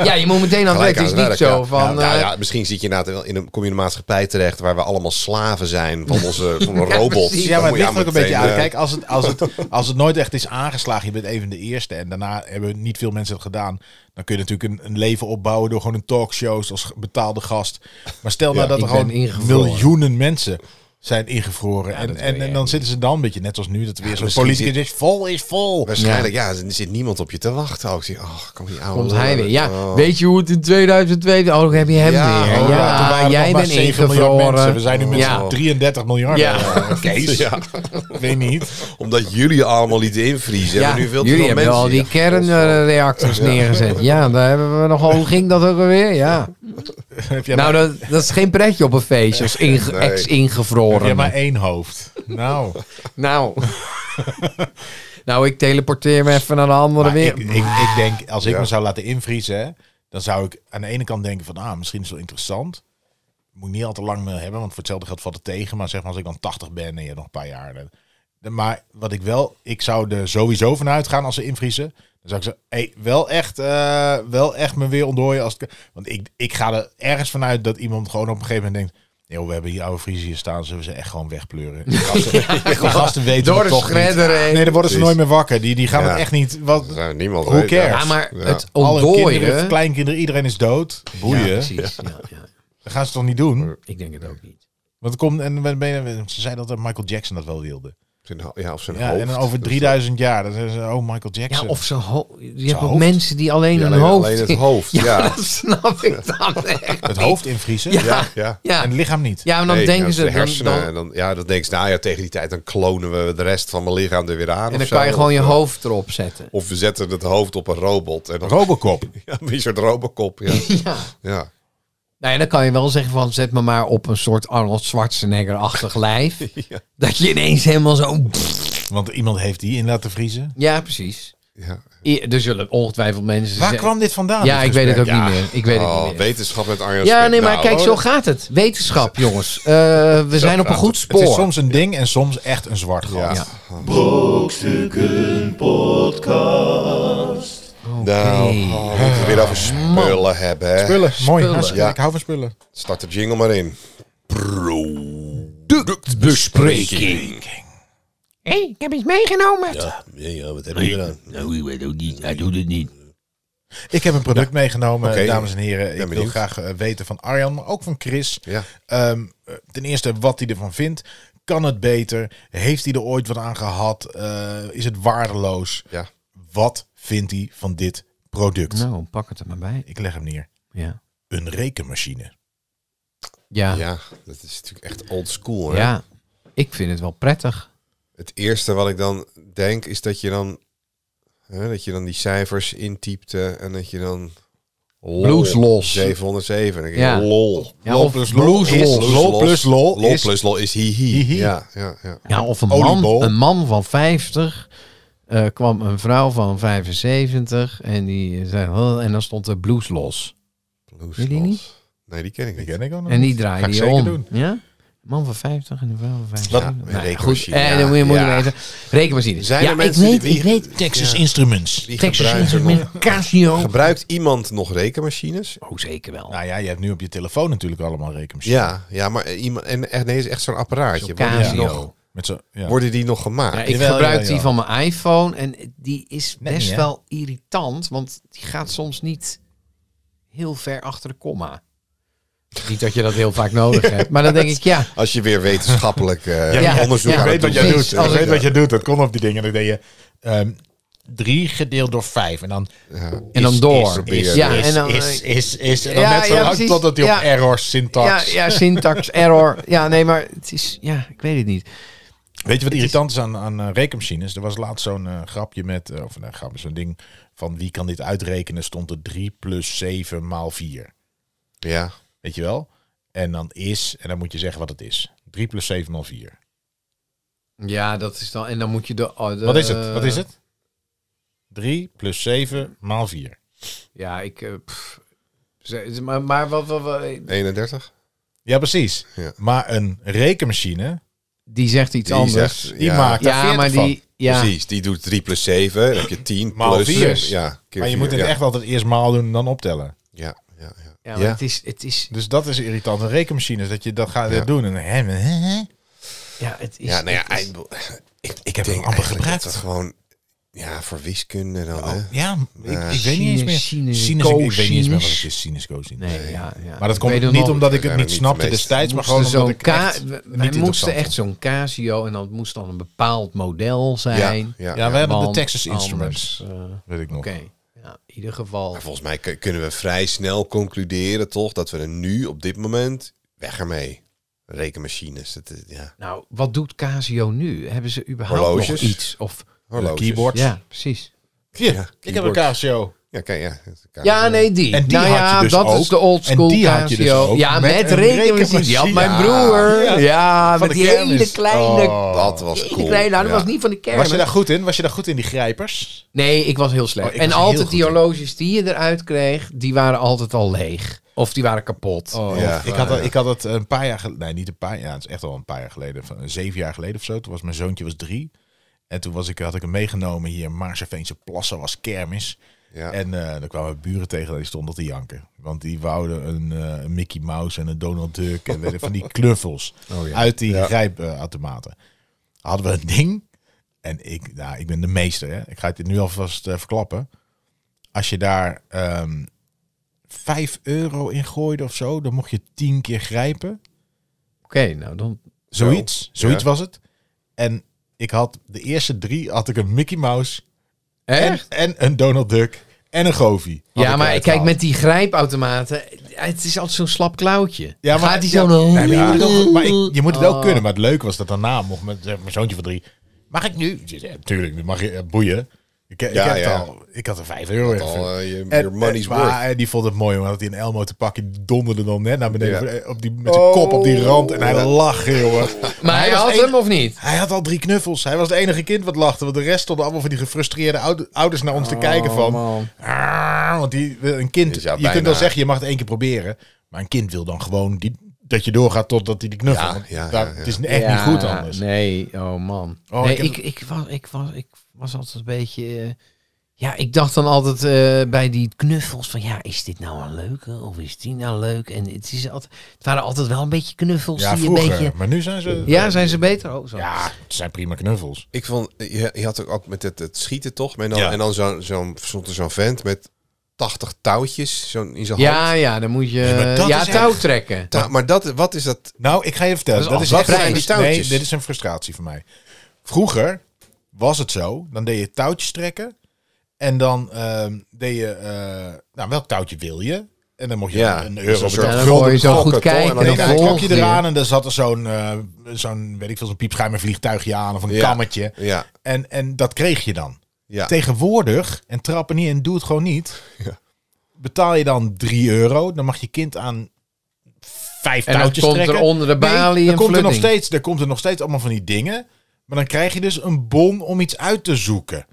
ja, je moet meteen aan het werk.
Gelijk aan het werk,
Het Nou, is niet zo
ja.
van...
Ja, nou
eh,
ja, misschien zit je inderdaad wel in een, kom je in een maatschappij terecht waar we allemaal slaven zijn van onze van een robot.
precies.
Dus
Dan
Ja, maar
moet je
het ligt er ook een
meteen,
beetje aan.
eh,
Kijk, als het, als, het, als het nooit echt is aangeslagen, je bent even de eerste en daarna hebben niet veel mensen het gedaan, dan kun je natuurlijk een, een leven opbouwen door gewoon een talkshows als ge- betaalde gast. Maar stel nou dat
ik
er gewoon
ben ingevroren.
miljoenen mensen zijn ingevroren en,
dat
en,
wil je
en dan
echt
zitten ze dan een beetje, net als nu, dat er weer zo'n
misschien
politicus is, vol is
Oh.
vol.
eh, waarschijnlijk, ja. er zit niemand op je te wachten. Ook zie, oh, kom die oude
Komt hij weer. Ja,
Oh.
weet je hoe het in 2002... Oh, dan heb je hem
Ja,
weer.
oh,
Ja,
ja,
toen waren er nog
jij
maar
bent
7 miljard mensen.
ingevroren.
We zijn nu met
Ja.
z'n 33 miljard.
Ja.
Eh, Kees,
Ja,
ik weet niet.
omdat jullie allemaal lieten invriezen.
Ja,
hebben nu veel te
jullie
veel
hebben
mensen.
al die
Ja, godverdomme.
kernreactors neergezet. Ja, daar hebben we nogal... Hoe ging dat ook alweer? Ja.
Heb jij
nou,
maar,
dat, dat is geen pretje op een feestje als inge-
Nee.
heb jij
ex-ingevroren.
maar één hoofd. Nou,
Nou. nou, ik teleporteer me even naar de andere
Maar
wereld.
Ik, ik, ik denk, als ik
Ja.
me zou laten invriezen, hè, dan zou ik aan de ene kant denken van, ah, misschien is het wel interessant. Moet ik niet al te lang eh, hebben, want voor hetzelfde geld valt het tegen. Maar zeg maar, als ik dan 80 ben en je hebt nog een paar jaar. dan- dan- Maar wat ik wel, ik zou er sowieso vanuit gaan als ze invriezen. Dan zou ik zeggen, hey, wel, echt, eh, wel echt me weer ontdooien. Als het, want ik, ik ga er ergens vanuit dat iemand gewoon op een gegeven moment denkt... Yo, we hebben hier oude Friese hier staan, zullen we ze echt gewoon wegpleuren. Die gasten, die gasten weten
Door
het
de
toch niet.
schredder heen.
Nee, dan worden ze
Precies.
nooit meer wakker. Die, die gaan
Ja.
het echt niet... Wat,
Ja, niemand
Who
weet, ja.
cares?
Ja, maar
Ja.
het
alle kinderen,
ontdooien...
kleinkinderen, iedereen is dood.
Ja,
Boeien.
precies. Ja, ja.
Dat gaan ze toch niet doen? Want
Ik denk het ook niet.
het komt, en ben- ben- ze zeiden dat Michael Jackson dat wel wilde.
Zijn ho- Ja, of zijn
Ja,
hoofd.
en dan over 3000 jaar, dan zeggen ze, oh Michael
Ja,
Jackson.
of zijn hoofd. Je hebt ook
hoofd?
mensen die alleen
Ja,
hun
alleen-
hoofd...
alleen het hoofd, ja.
dat snap ik dan echt.
het hoofd invriezen
Ja, ja.
Ja,
en het lichaam niet.
ja maar dan
Nee,
denken
ja,
ze...
de
Dan,
hersenen.
dan-
en dan, ja, dan denken ze, nou ja, tegen die tijd dan klonen we de rest van mijn lichaam er weer aan.
en
of
dan
zo.
kan je gewoon je
Of, eh,
hoofd erop zetten.
Of we zetten het hoofd op een robot. En dan
Robocop.
ja, een soort robocop. Ja.
Ja.
ja.
Nou ja, dan kan je wel zeggen van... Zet me maar op een soort Arnold Schwarzenegger-achtig lijf. Dat je ineens helemaal zo...
Want iemand heeft die in laten vriezen.
Ja, precies.
ja.
I- er zullen ongetwijfeld mensen
Waar
zijn-
kwam dit vandaan?
Dus Ja,
dit
ik weet het ook
gesprek?
niet meer. Ik weet
Oh,
het niet meer.
wetenschap met Arjen
Ja,
Smit.
nee, maar
Nou,
kijk, zo
hoor.
gaat het. Wetenschap, jongens. Eh, we zijn op een
gaat
goed
Het is
spoor.
soms een ding en soms echt een zwart gat.
Ja.
Ja.
Brokstukken Podcast.
Nou, oh, we moeten het weer
Ah,
over spullen hebben. Hè.
Spullen, mooi. hartstikke-
Ja.
Ik hou van spullen.
Start de jingle maar in.
Productbespreking. Hé, hey, ik heb iets meegenomen.
Ja, wat heb je dan?
Nou, ik weet ook niet. Hij doet het niet.
Ik heb een product meegenomen,
Oké.
dames en heren. Ik wil
benieuwd.
graag eh, weten van Arjan, maar ook van Chris.
Ja.
Ehm, eh, ten eerste wat hij ervan vindt. Kan het beter? Heeft hij er ooit wat aan gehad? Eh, is het waardeloos?
Ja.
Wat vindt hij van dit product?
Nou, pak het er maar bij.
Ik leg hem neer.
Ja.
Een rekenmachine.
Ja. ja.
ja, dat is natuurlijk echt old school. Hè?
Ik vind het wel prettig.
Het eerste wat ik dan denk is dat je dan, hè, dat je dan die cijfers intypte en dat je dan lol,
Blueslos.
707. En dan
Ja.
ja. lol.
Ja, of
plus
blues
dus Is
los.
Lol plus lol
Lol
is-
plus lol is hihi.
Hihi.
Ja, ja, ja.
Ja, of een man,
Oliebol.
een man van 50 eh, kwam een vrouw van 75 en die zei "Huh," en dan stond er blues los.
Blues
Weet je die
los.
niet?
Nee, die ken ik
Die
niet.
ken ik ook nog.
En die
niet. Ga
draaide
ik
je
zeker
om.
doen.
Ja? Een Man van 50 en een vrouw van 75.
Wat?
Nou, ja, goed,
Rekenmachine,
en
ja.
dan moet je, moet je
Ja.
weten. Rekenmachine.
Zijn
ja,
er
ik
mensen die-
weet,
wie-
ik weet.
Texas Instruments.
Die
Texas
gebruikt, er nog,
Instruments, Casio.
gebruikt iemand nog rekenmachines?
Oh, zeker wel.
Nou ja, je hebt nu op je telefoon natuurlijk allemaal rekenmachines.
Ja, ja maar eh, iemand, en echt, nee, het is echt zo'n apparaatje.
Zo'n
worden, die
Casio.
nog,
Met zo, ja.
worden die nog gemaakt?
Ja,
Ja,
ik
Jawel,
gebruik
jawel,
die
jawel.
van mijn iPhone en die is
Net
best
niet, hè?
wel irritant, want die gaat soms niet heel ver achter de komma. Niet dat je dat heel vaak nodig hebt, maar dan denk ik ja.
Als je weer wetenschappelijk eh,
Ja,
onderzoek
ja.
aan
Ik
het
weet
doen
wat jij
bent.
precies.
doet. Ik
Als
weet
ik-
wat jij doet. Dat kon op die dingen. Dan deed je ehm, drie gedeeld door vijf. En dan,
En dan
is,
door.
is,
Probeer.
is,
ja,
is,
en dan, eh,
is, is, is. En dan
Ja,
net zo
ja,
lang
precies.
totdat hij
Ja.
op error, syntax.
Ja, ja, syntax, error. Ja, nee, maar het is, ja, ik weet het niet.
Weet je wat irritant is aan, aan eh, rekenmachines? Er was laatst zo'n eh, grapje met, eh, of nee, grapje, zo'n ding van wie kan dit uitrekenen? Stond er 3 plus 7 maal 4.
Ja,
Weet je wel? En dan is, en dan moet je zeggen wat het is. 3 plus 7 maal 4.
Ja, dat is dan, en dan moet je de... oh, de-
Wat is het? Wat is het? 3 plus 7 maal 4.
Ja, ik, eh, pff, ze- maar, maar wat, wat, wat-
31.
Ja, precies.
Ja.
Maar een rekenmachine,
die zegt iets
Die
anders.
zegt-
die
ja,
maakt er
ja,
40
maar
van.
die, ja,
Precies, die doet 3 plus 7. Dan heb je 10
Maal
plus...
vier.
Ja, keer
Maar je
vier,
moet het
ja.
echt altijd eerst maal doen en dan optellen.
Ja, ja, ja.
ja, maar
Ja.
het is, het is,
Dus dat is irritant. Een rekenmachine is dat je dat gaat
Ja.
doen. En, hè, hè, hè.
ja, het is...
Ja, nou ja,
het is-
ik, bedoel, ik,
Ik heb
denk
hem amper
eigenlijk dat
gebruikt.
we gewoon... Ja, voor wiskunde dan, hè?
Oh, ja, ik,
Ja.
ik weet niet eens meer.
Sinus-
Sinus- ik weet niet eens meer wat
cosinus.
het is, sinus cosinus.
Nee, ja, ja.
Maar dat
Ik
komt
weet
niet
het nog.
omdat ik
We zijn
het niet
er niet
snapte
mee.
destijds, maar
Moesten
gewoon omdat
zo'n
ik
ka- we-
echt niet
Wij
interessant
moesten
vond.
echt zo'n Casio en dat moest dan een bepaald model
Ja,
zijn.
ja.
Ja, we hebben de
Want
Texas Instruments.
anders, eh,
Weet ik nog.
Oké, ja, in ieder geval.
Maar volgens mij kun- kunnen we vrij snel concluderen, toch? Dat we er nu, op dit moment, weg ermee. Rekenmachines, dat is, ja.
Nou, wat doet Casio nu? Hebben ze überhaupt nog
Horloges?
iets? Of,
Horloges.
Keyboard.
ja, precies.
Ja, ik heb
keyboard.
een Casio.
Ja, kijk, ja. dat kan.
Ja, nee, die.
En die
nou
had
ja,
je dus
dat
ook.
is de old school
En die
Casio.
had je dus ook
ja,
met
met,
een
rekenmachine. Die
rekenmachine.
had mijn
Ja.
broer. Ja,
Van
met
de
die hele
kermis.
kleine...
Oh.
Dat was
hele
cool.
kleine, nou, dat
Ja.
was niet van de kermis.
Was je daar goed in? Was je daar goed in, die grijpers?
Nee, ik was heel slecht.
Oh, ik
en
was heel
altijd
goed
die
in.
horloges die je eruit kreeg, die waren altijd al leeg. Of die waren kapot.
Ja.
ik, had, dat- ik had het een paar jaar geleden. Nee, niet een paar jaar. Het is echt al een paar jaar geleden. Van, eh, zeven jaar geleden of zo. Toen was mijn zoontje was drie. En toen was ik, had ik hem meegenomen hier in Maarseveense Plassen was kermis.
Ja.
En eh, dan kwamen buren tegen en die stonden te janken. Want die wouden een, eh, een Mickey Mouse en een Donald Duck en weet je, van die knuffels
Oh,
uit die grijpautomaten. Hadden we een ding. En ik, nou, ik ben de meester. Hè. Ik ga het je nu alvast eh, verklappen. Als je daar ehm 5 euro in gooide of zo, dan mocht je 10 keer grijpen.
Oké, nou dan.
Zoiets. Zoiets
ja.
was het. En ik had de eerste drie had ik een Mickey Mouse en,
Echt?
en een Donald Duck en een Goofy. Had
ja, maar
eruit
kijk,
gehaald.
met die grijpautomaten, het is altijd zo'n slap klauwtje.
Ja, maar-
Gaat die
ja.
zo...
Nee, maar je moet het ook, maar ik- je moet het ook
Oh.
kunnen. Maar het leuke was dat daarna mocht mijn, zeg, mijn zoontje van drie. Mag ik nu? Ja, tuurlijk, mag je eh, boeien. Ik, ik,
Ja,
heb
ja.
Het al, ik had er 5 euro in.
Al, eh, je-
En-
your money's
en-
worth.
maar eh, die vond het mooi, want had hij een Elmo te pakken. Die donderde dan net naar beneden.
Ja. Oh.
voor- eh, Op die, met zijn kop op die rand. En hij lachte, jongen.
Maar hij
was
had
een-
hem of niet?
Hij had al drie knuffels. Hij was het enige kind wat lachte. Want de rest stonden allemaal van die gefrustreerde oude- ouders naar
Oh,
ons te kijken van...
man.
"Ah," Want die, een kind,
Is
je
ja bijna-
kunt wel zeggen, je mag het één keer proberen. Maar een kind wil dan gewoon die, dat je doorgaat totdat hij die knuffel...
Ja,
want
ja,
daar-
ja, ja.
Het is echt
Ja,
niet goed anders.
Nee, oh man.
Oh,
nee,
ik heb-
ik, ik, was, ik, was, ik was altijd een beetje... eh, ja, ik dacht dan altijd eh, bij die knuffels van... Ja, is dit nou een leuke of is die nou leuk? En het, is altijd, het waren altijd wel een beetje knuffels
Ja,
die een
vroeger.
beetje...
Maar nu zijn ze...
Ja, zijn ze beter? Oh, zo.
Ja, het zijn prima knuffels.
Ik vond, je, je had ook, ook met het, het schieten toch? En dan,
Ja.
en dan zo'n zo'n stond er zo'n vent met 80 touwtjes zo in zijn
Ja,
hand.
ja, dan moet je
Ja, maar dat
ja,
is
touw
echt-
trekken.
Ta- maar dat, wat is dat?
Nou, ik ga je vertellen.
Dat
Dat
is
is,
al
echt
vrij,
een-
die touwtjes.
Nee, dit is een frustratie voor mij. Vroeger was het zo, dan deed je touwtjes trekken. En dan ehm, deed je, eh, nou welk touwtje wil je? En dan mocht je
Ja,
een
dat
euro
is een soort
betalen.
dan hoor je
gulden
zo goed
gokken, toch?
kijken.
En
En
dan
dan
dan trok
volgt
je
weer.
eraan en dan zat er zo'n, eh, zo'n weet ik veel, zo'n piepschuimervliegtuigje aan of een
Ja.
kammetje.
Ja,
En, en dat kreeg je dan.
ja.
Tegenwoordig, en trappen niet en doe het gewoon niet,
Ja.
betaal je dan 3 euro, dan mag je kind aan vijf
En dan
touwtjes
komt
trekken.
er onder de balie
dan
een
komt er, nog
flooding.
steeds, er komt er nog steeds allemaal van die dingen. Maar dan krijg je dus een bon om iets uit te zoeken.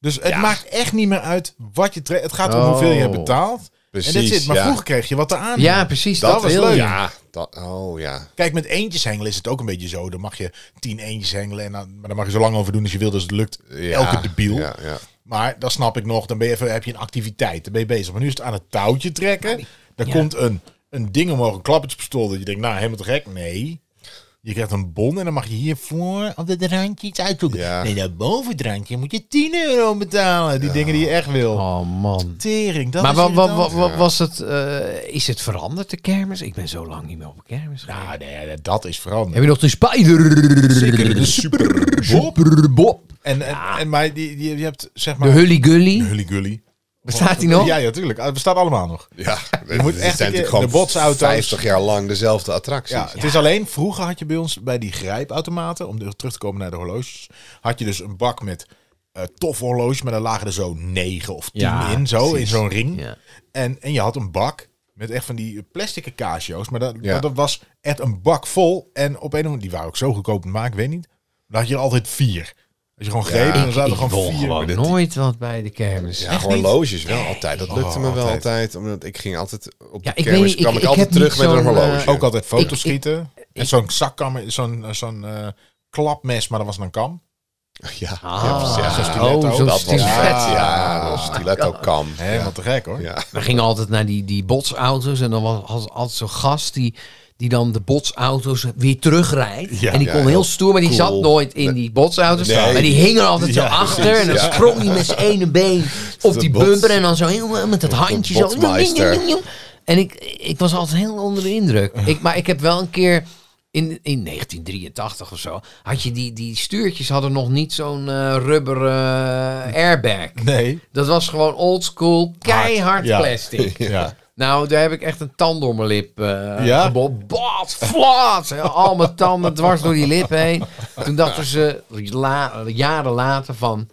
Dus het maakt echt niet meer uit wat je trekt. Het gaat om
Oh.
hoeveel je hebt betaald.
Precies,
en dat zit. Maar
ja.
vroeger kreeg je wat er aan.
Ja, precies.
Dat
Dat,
was
wil
leuk.
je.
Ja, dat, oh ja.
Kijk, met eentjes hengelen is het ook een beetje zo. Dan mag je tien eentjes hengelen. En dan, maar daar mag je zo lang over doen als je wil. Dus het lukt
ja.
elke debiel.
Ja, ja.
Maar dat snap ik nog. Dan ben je even, heb je een activiteit. Dan ben je bezig. Maar nu is het aan het touwtje trekken. Dan komt een, een ding omhoog. Een klappertjespistool. Dat je denkt, nou helemaal te gek. Nee. Je krijgt een bon en dan mag je hiervoor op dat randje iets uitzoeken.
Ja.
Nee, daarboven het randje moet je 10 euro betalen. Die dingen die je echt wil.
Oh man.
Tering, dat
maar
is
wat, wat,
irritant.
was het, eh, is het veranderd, de kermis? Ik ben zo lang niet meer op een kermis geweest.
Ja, Nou, nee, dat is veranderd.
Heb je nog de spider?
Zeker, de
super
Bob.
Bob.
En, en, en maar die, die, je hebt zeg
De
maar...
hully gully.
Hully Gully.
Bestaat die nog?
Ja, ja, tuurlijk. Ah, Het bestaat allemaal nog.
Ja,
Je moet
het
echt
zijn
een keer
natuurlijk gewoon
de botsauto's.
50 jaar lang dezelfde attracties.
Ja, het is alleen, vroeger had je bij ons bij die grijpautomaten, om terug te komen naar de horloges, had je dus een bak met eh tof horloges, maar daar lagen er zo negen of tien
Ja,
in, zo, in
precies.
zo'n ring.
Ja.
En, en je had een bak met echt van die plastic casio's, maar dat,
Ja.
maar dat was echt een bak vol. En op een of andere die waren ook zo goedkoop te maken, ik weet niet. Dan had je er altijd vier. Als je gewoon greep, dan zaten er
Ik
gewoon
won
vier.
gewoon nooit wat bij de kermis.
Ja, horloges wel altijd. Dat lukte
Oh,
me wel
altijd.
altijd. Omdat ik ging altijd op de
Ja, ik
kermis
weet niet,
kwam
ik-
ik,
ik
altijd
heb niet
terug met een
zo'n, eh,
horloge.
Ook altijd foto's
Ik- ik-
schieten. en
ik-
zo'n zakkammer, zo'n zo'n eh, klapmes, maar dat was dan een kam.
ja,
Ah,
ja, precies. Ja,
zo'n
ja,
stiletto.
oh, zo'n
dat was
stiletto.
vet. Ja, dat was stiletto kam.
Helemaal te gek hoor.
Ja.
We gingen altijd naar die, die botsauto's en dan was, was altijd zo'n gast die, die dan de botsauto's weer terugrijdt.
Ja,
en die
ja,
kon heel
heel
stoer, maar die
cool.
zat nooit in die botsauto's.
Nee.
Maar die hing er altijd
Ja,
zo achter
precies,
en dan
ja.
sprong hij met zijn ene been op
De
die
bots-
bumper en dan zo heel eh, met het handje zo.
botsmeister.
En ik, ik was altijd heel onder de indruk. Ik, maar ik heb wel een keer... In, in 1983 of zo had je die, die stuurtjes hadden nog niet zo'n eh, rubber eh, airbag.
Nee.
Dat was gewoon old school, keihard
Ja.
plastic.
Ja.
Nou, daar heb ik echt een tand door mijn lip eh
Ja?
ja? Bot, flat, hè, al mijn tanden dwars door die lip heen. Toen dachten ze la- jaren later van...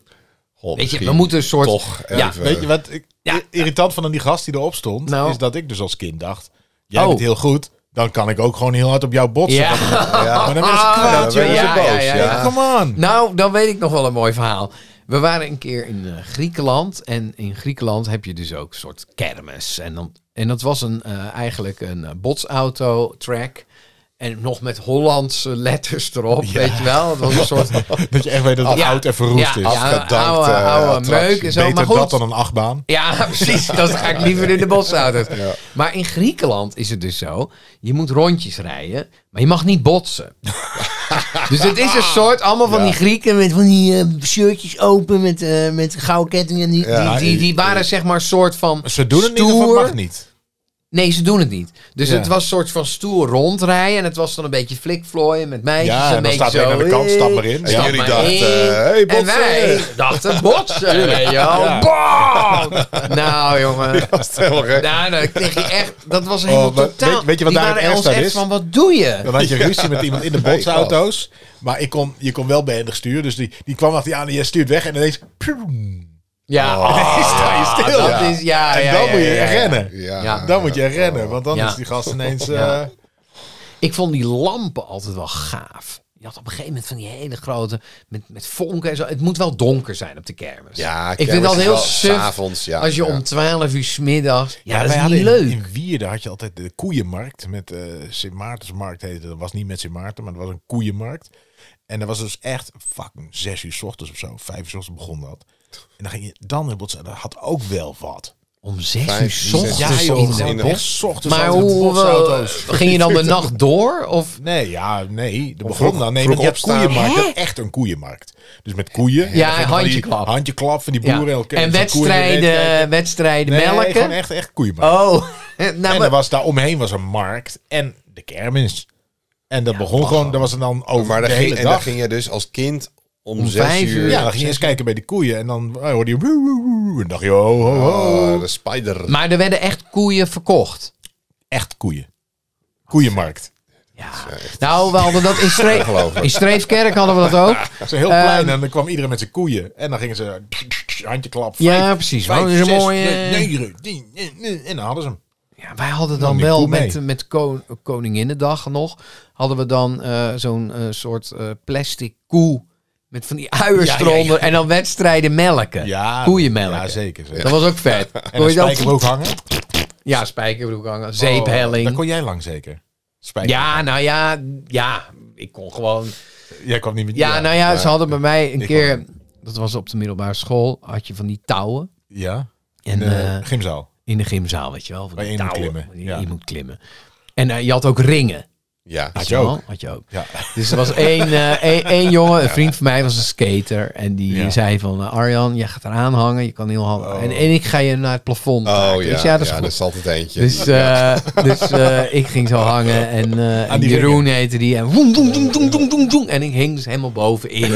God,
Weet je, we
misschien
moeten een soort...
toch
ja,
even-
Weet je wat ik,
Ja.
irritant van aan die gast die erop stond?
Nou.
Is dat ik dus als kind dacht, jij
Oh.
bent heel goed, dan kan ik ook gewoon heel hard op jou botsen.
ja.
Ja.
Maar dan ben je ze
Ja,
kwaad,
dan werden
joh.
ze
Ja,
boos.
ja,
ja.
ja,
Ja, Come on.
Nou, dan weet ik nog wel een mooi verhaal. We waren een keer in eh, Griekenland. En in Griekenland heb je dus ook een soort kermis. En, dan, en dat was een, eh, eigenlijk een eh, botsauto-track. En nog met Hollandse letters erop, weet je wel. Het was een soort...
Dat je echt weet dat het
Ja.
oud en verroest
ja,
is.
Ja,
Afgedankt,
oude,
eh,
oude
attractie.
meuk en zo. Maar
Beter
goed,
dat dan een achtbaan.
ja, precies. Dan ga ik liever in de bosauto's. Maar in Griekenland is het dus zo: je moet rondjes rijden, maar je mag niet botsen. dus het is een soort allemaal van die Grieken met van die eh, shirtjes open met, eh, met gouden kettingen. Die,
Ja,
die, die, die waren zeg maar een soort van.
Ze doen het niet of het
stoer.
mag niet.
Nee, ze doen het niet. Dus
Ja.
het was een soort van stoer rondrijden. En het was dan een beetje flikvlooien met meisjes.
Ja,
een
en dan
beetje
staat
zo,
er een aan de kant,
hey,
stap maar in.
En
stap
jullie
maar
dachten,
in.
hey,
en
botsen.
wij dachten botsen. weet je wel. Bam! Nou, jongen.
Dat is helemaal gek.
Nou, nou, ik kreeg je echt, dat was helemaal
maar
totaal.
Oh, weet- weet je wat
die
daar het
waren
ergste
ons
aan
echt
is?
van, wat doe je?
Dan had je ruzie met iemand in de
Nee,
botsauto's. Maar ik kon, je kon wel behendig sturen. Dus die, die kwam achter je aan en je stuurt weg. En ineens...
Ah,
pjoem.
Ja, Ah,
Nee, sta je stil.
dat
Ja.
is, ja,
En
ja,
dan
ja,
moet je
ja, ja.
rennen.
Ja.
Dan moet je rennen. Want dan
Ja.
is die gast ineens... eh,
Ja. Ik vond die lampen altijd wel gaaf. Je had op een gegeven moment van die hele grote, met, met vonken en zo. Het moet wel donker zijn op de kermis.
Ja,
ik vind dat heel suf.
Avonds, ja,
als je
ja.
om 12 uur smiddags. Ja, dat
wij
is
hadden
niet
in-
leuk.
In Wierden had je altijd de koeienmarkt met eh Sint Maartensmarkt heette. dat. Dat was niet met Sint Maarten, maar dat was een koeienmarkt. En dat was dus echt fucking zes uur 's ochtends of zo, vijf uur 's ochtends begon dat. En dan ging je dan in botsen. Dat had ook wel wat.
om 6 uur
Vijf,
s
zes
ochtends
uur
joh,
in de
gewoon
de
bos.
echt 's ochtends
Maar
altijd met
hoe eh,
botsauto's.
ging je dan de nacht door? Of
Nee, ja, nee. De begon
vroeg-
dan. Nee,
vroeg
want je had
opstaan.
koeienmarkt. Je had
Hè?
echt een koeienmarkt. Dus met koeien. En
Ja,
dan ging van die
handjeklap.
Handjeklap van die
Ja.
boeren. elkaar-
En
zo'n koeien in de reet
wedstrijden,
kijken.
wedstrijden
Nee,
melken?
gewoon echt, echt koeienmarkt.
Oh, nou,
en
maar-
er was, daar omheen was een markt en de kermis. En dat begon gewoon, dat was dan over
Maar
de
daar ging,
hele
en daar
dag.
ging je dus als kind om,
Om
zes
vijf
uur.
uur?
Ja, dan ging je eens kijken bij de koeien en dan oh, hoorde je... woe, woe, woe. en dan dacht je, ho, ho, ho.
Oh, de spider.
Maar er werden echt koeien verkocht.
Echt koeien. Koeienmarkt.
Ja. Nou, we hadden dat in, Streef,
Ongelooflijk.
in Streefkerk hadden we dat ook.
Ze heel
Ehm,
klein en dan kwam iedereen met zijn koeien. En dan gingen ze handje klap.
Ja,
vijf,
precies.
Vijf,
Oh, dat is een
zes,
mooie-
ne- negen, tien, ne- ne- en dan hadden ze hem.
Ja, wij hadden
Nam
dan
die
wel
koe mee.
met, met kon, Koninginnedag nog, hadden we dan eh, zo'n eh, soort eh, plastic koe met van die uiers
Ja, ja,
eronder. En dan wedstrijden melken.
Ja,
Koeienmelken.
Ja, zeker. zeker.
Dat was ook vet. je
En dan
dan-
spijkerbroek hangen.
Ja, spijkerbroek hangen,
Oh, daar
zeephelling.
kon jij lang zeker. Spijker.
ja, nou ja, ja, ik kon gewoon...
Jij kwam niet met
Ja, nou ja, ze hadden bij mij een
ik
keer... Dat was op de middelbare school, had je van die touwen.
Ja,
En,
de
eh,
gymzaal.
in de gymzaal, weet je wel. Van
Waar
die
je in moet
touwen,
klimmen,
die
ja.
Je moet klimmen. En eh, je had ook ringen.
Ja.
Had
weet
je
wel,
ook?
Had je ook.
Ja.
Dus er was één, eh, één, één jongen, een vriend van mij was een skater. En die
Ja. Oh.
zei van, eh, Arjan, jij gaat eraan hangen. Je kan heel handig. En, en ik ga je naar het plafond.
Oh ja,
raken. Dus ja, dat is goed.
dat is altijd eentje.
Dus, eh, dus eh, ik ging zo hangen en, eh, en
die
Jeroen heette die. En, woem, woem, woem, woem, woem, woem, woem. en ik hing dus helemaal bovenin.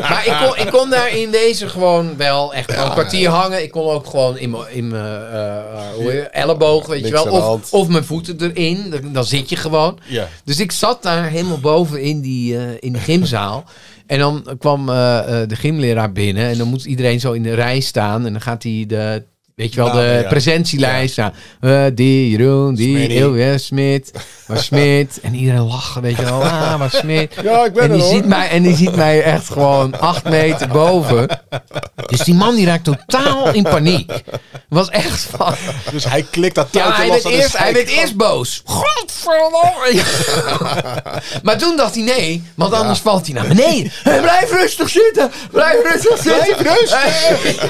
maar ik kon, ik kon daar in deze gewoon wel echt gewoon een kwartier hangen. Ik kon ook gewoon in mijn- in mijn eh, eh, hoe heet het, elleboog, weet je
Niks aan
wel.
de
Of,
hand.
of mijn voeten erin, dan, dan zit je gewoon.
Ja.
Dus ik zat daar helemaal boven in die, eh, in die gymzaal. En dan kwam eh, eh, de gymleraar binnen. En dan moet iedereen zo in de rij staan. En dan gaat hij de, weet je wel, de
Namen, ja.
presentielijst aan. Eh, die Jeroen, die
Smitty.
Ilja, Smit, maar Smit. En iedereen lachen, weet je wel. Ah, maar Smit.
ja, ik ben
En
er
die,
hoor.
ziet mij, en die ziet mij echt gewoon acht meter boven. Dus die man die raakt totaal in paniek. Was echt van...
Dus hij klikt dat
Ja,
touwtje
hij
los
werd,
aan de
eerst, hij werd
zijkant.
eerst boos. Godverdomme. maar toen dacht hij nee, want anders valt hij naar beneden. Hey, blijf rustig zitten. Blijf rustig zitten. Blijf rustig.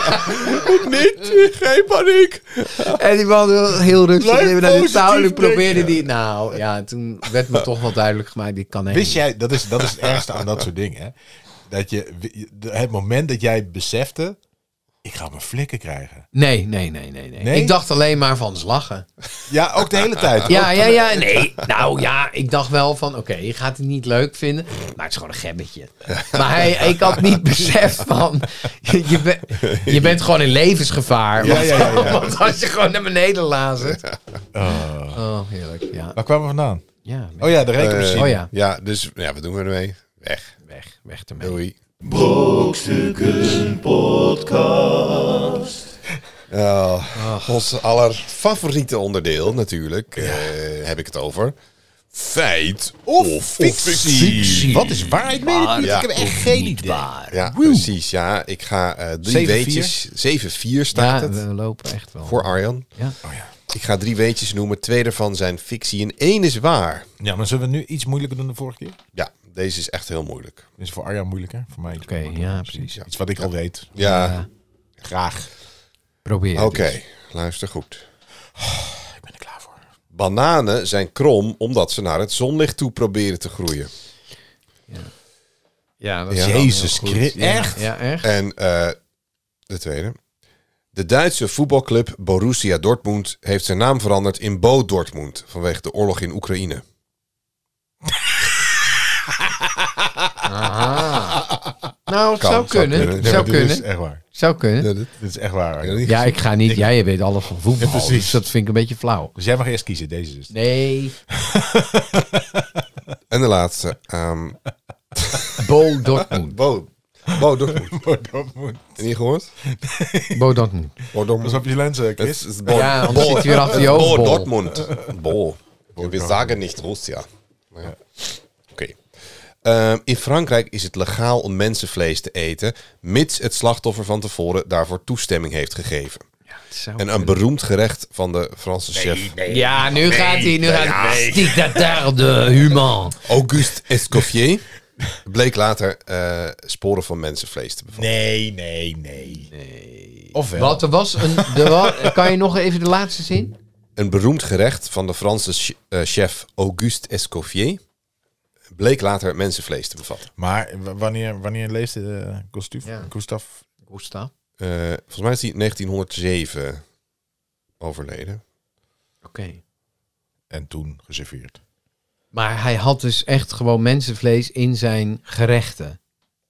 niet, geen paniek.
en die man heel- heel rustig
Blijf
even naar de
positief
touw. En
denken.
probeerde die... Nou ja, toen werd me toch wel duidelijk gemaakt. Dit kan
Wist
echt
jij, dat is, dat is het ergste aan dat soort dingen. Hè? Dat je, het moment dat jij besefte, ik ga mijn flikken krijgen.
Nee, nee, nee, nee, nee,
Nee? Oh.
Ik dacht alleen maar van ze lachen.
Ja, ook de hele tijd.
Ja, ja, ja. Nee, nou ja, ik dacht wel van, oké, je gaat het niet leuk vinden, maar het is gewoon een gebbetje. Maar hij, ik had niet beseft van, je, ben- je bent gewoon in levensgevaar.
Ja,
Want,
ja, ja, ja.
want als je gewoon naar beneden lazert. Oh, heerlijk. Ja,
Waar kwamen we vandaan?
ja weg,
Oh ja, de rekenmachine.
oh ja.
Ja, dus ja, wat doen we ermee? Weg.
weg, weg ermee.
Doei.
Brokstukken Podcast.
Oh, ons aller favoriete onderdeel natuurlijk, eh, heb ik het over. Feit of,
Fictie. Oh, Wat is waar? Ik weet het niet.
Ja.
Ik heb echt geen idee.
Ja, precies. Ja, ik ga eh drie
7-4.
weetjes. 7-4 staat
Ja,
het
we lopen echt wel.
voor Arjan.
Ja.
Oh
Ik ga drie weetjes noemen. Twee daarvan zijn fictie en één is waar.
Ja, maar zullen we nu iets moeilijker doen dan de vorige keer?
Ja, deze is echt heel moeilijk.
Is voor Arjan moeilijker? Voor mij iets
Oké,
makkelijker.
ja, precies.
Iets wat ik al weet.
Ja,
Graag.
Probeer.
oké.
dus.
Luister goed.
Ik ben er klaar voor.
Bananen zijn krom omdat ze naar het zonlicht toe proberen te groeien.
Ja, dat is
Ja.
wel heel
Jezus
goed.
Christus,
Ja,
echt?
Ja, echt.
En eh, de tweede. De Duitse voetbalclub Borussia Dortmund heeft zijn naam veranderd in Bo Dortmund vanwege de oorlog in Oekraïne.
Nou, het
Kan, zou
zou kunnen.
kunnen.
Het
Nee,
Zou
Dit is
kunnen.
echt waar.
Zou kunnen.
Dit is echt waar. Arjan.
Ja, ik ga niet. Jij weet alles van voetbal.
Ja, precies.
dus dat vind ik een beetje flauw.
Dus jij mag eerst kiezen. Deze is.
Nee,
En de laatste. ehm,
Bo Dortmund.
Bo. Bo Dortmund.
Dortmund.
Heb je niet gehoord?
Bo Dortmund.
Bo
Dat
Dortmund.
is op je lens, eh,
Het
Chris.
is Bo-
Ja,
Bo-
anders zit hij weer achter je
Bo
hoofdbol.
Dortmund. Bo. We zeggen niet Russia. Ja. Oké. Ehm, in Frankrijk is het legaal om mensenvlees te eten, mits het slachtoffer van tevoren daarvoor toestemming heeft gegeven. En een beroemd gerecht van de Franse chef
Ja, nu gaat hij. Nu gaat hij. Stiek dat daar de human.
Auguste Escoffier bleek later eh, sporen van mensenvlees te bevatten.
Nee, nee, nee. Of wel.
Wat er was een. Er wa- kan je nog even de laatste zin?
Een beroemd gerecht van de Franse ch- eh, chef Auguste Escoffier bleek later mensenvlees te bevatten.
Maar w- wanneer, wanneer leest eh Gustav?
Ja.
Gustav?
Gustav.
Eh, volgens mij is hij in 1907 overleden.
Oké.
En toen geserveerd.
Maar hij had dus echt gewoon mensenvlees in zijn gerechten.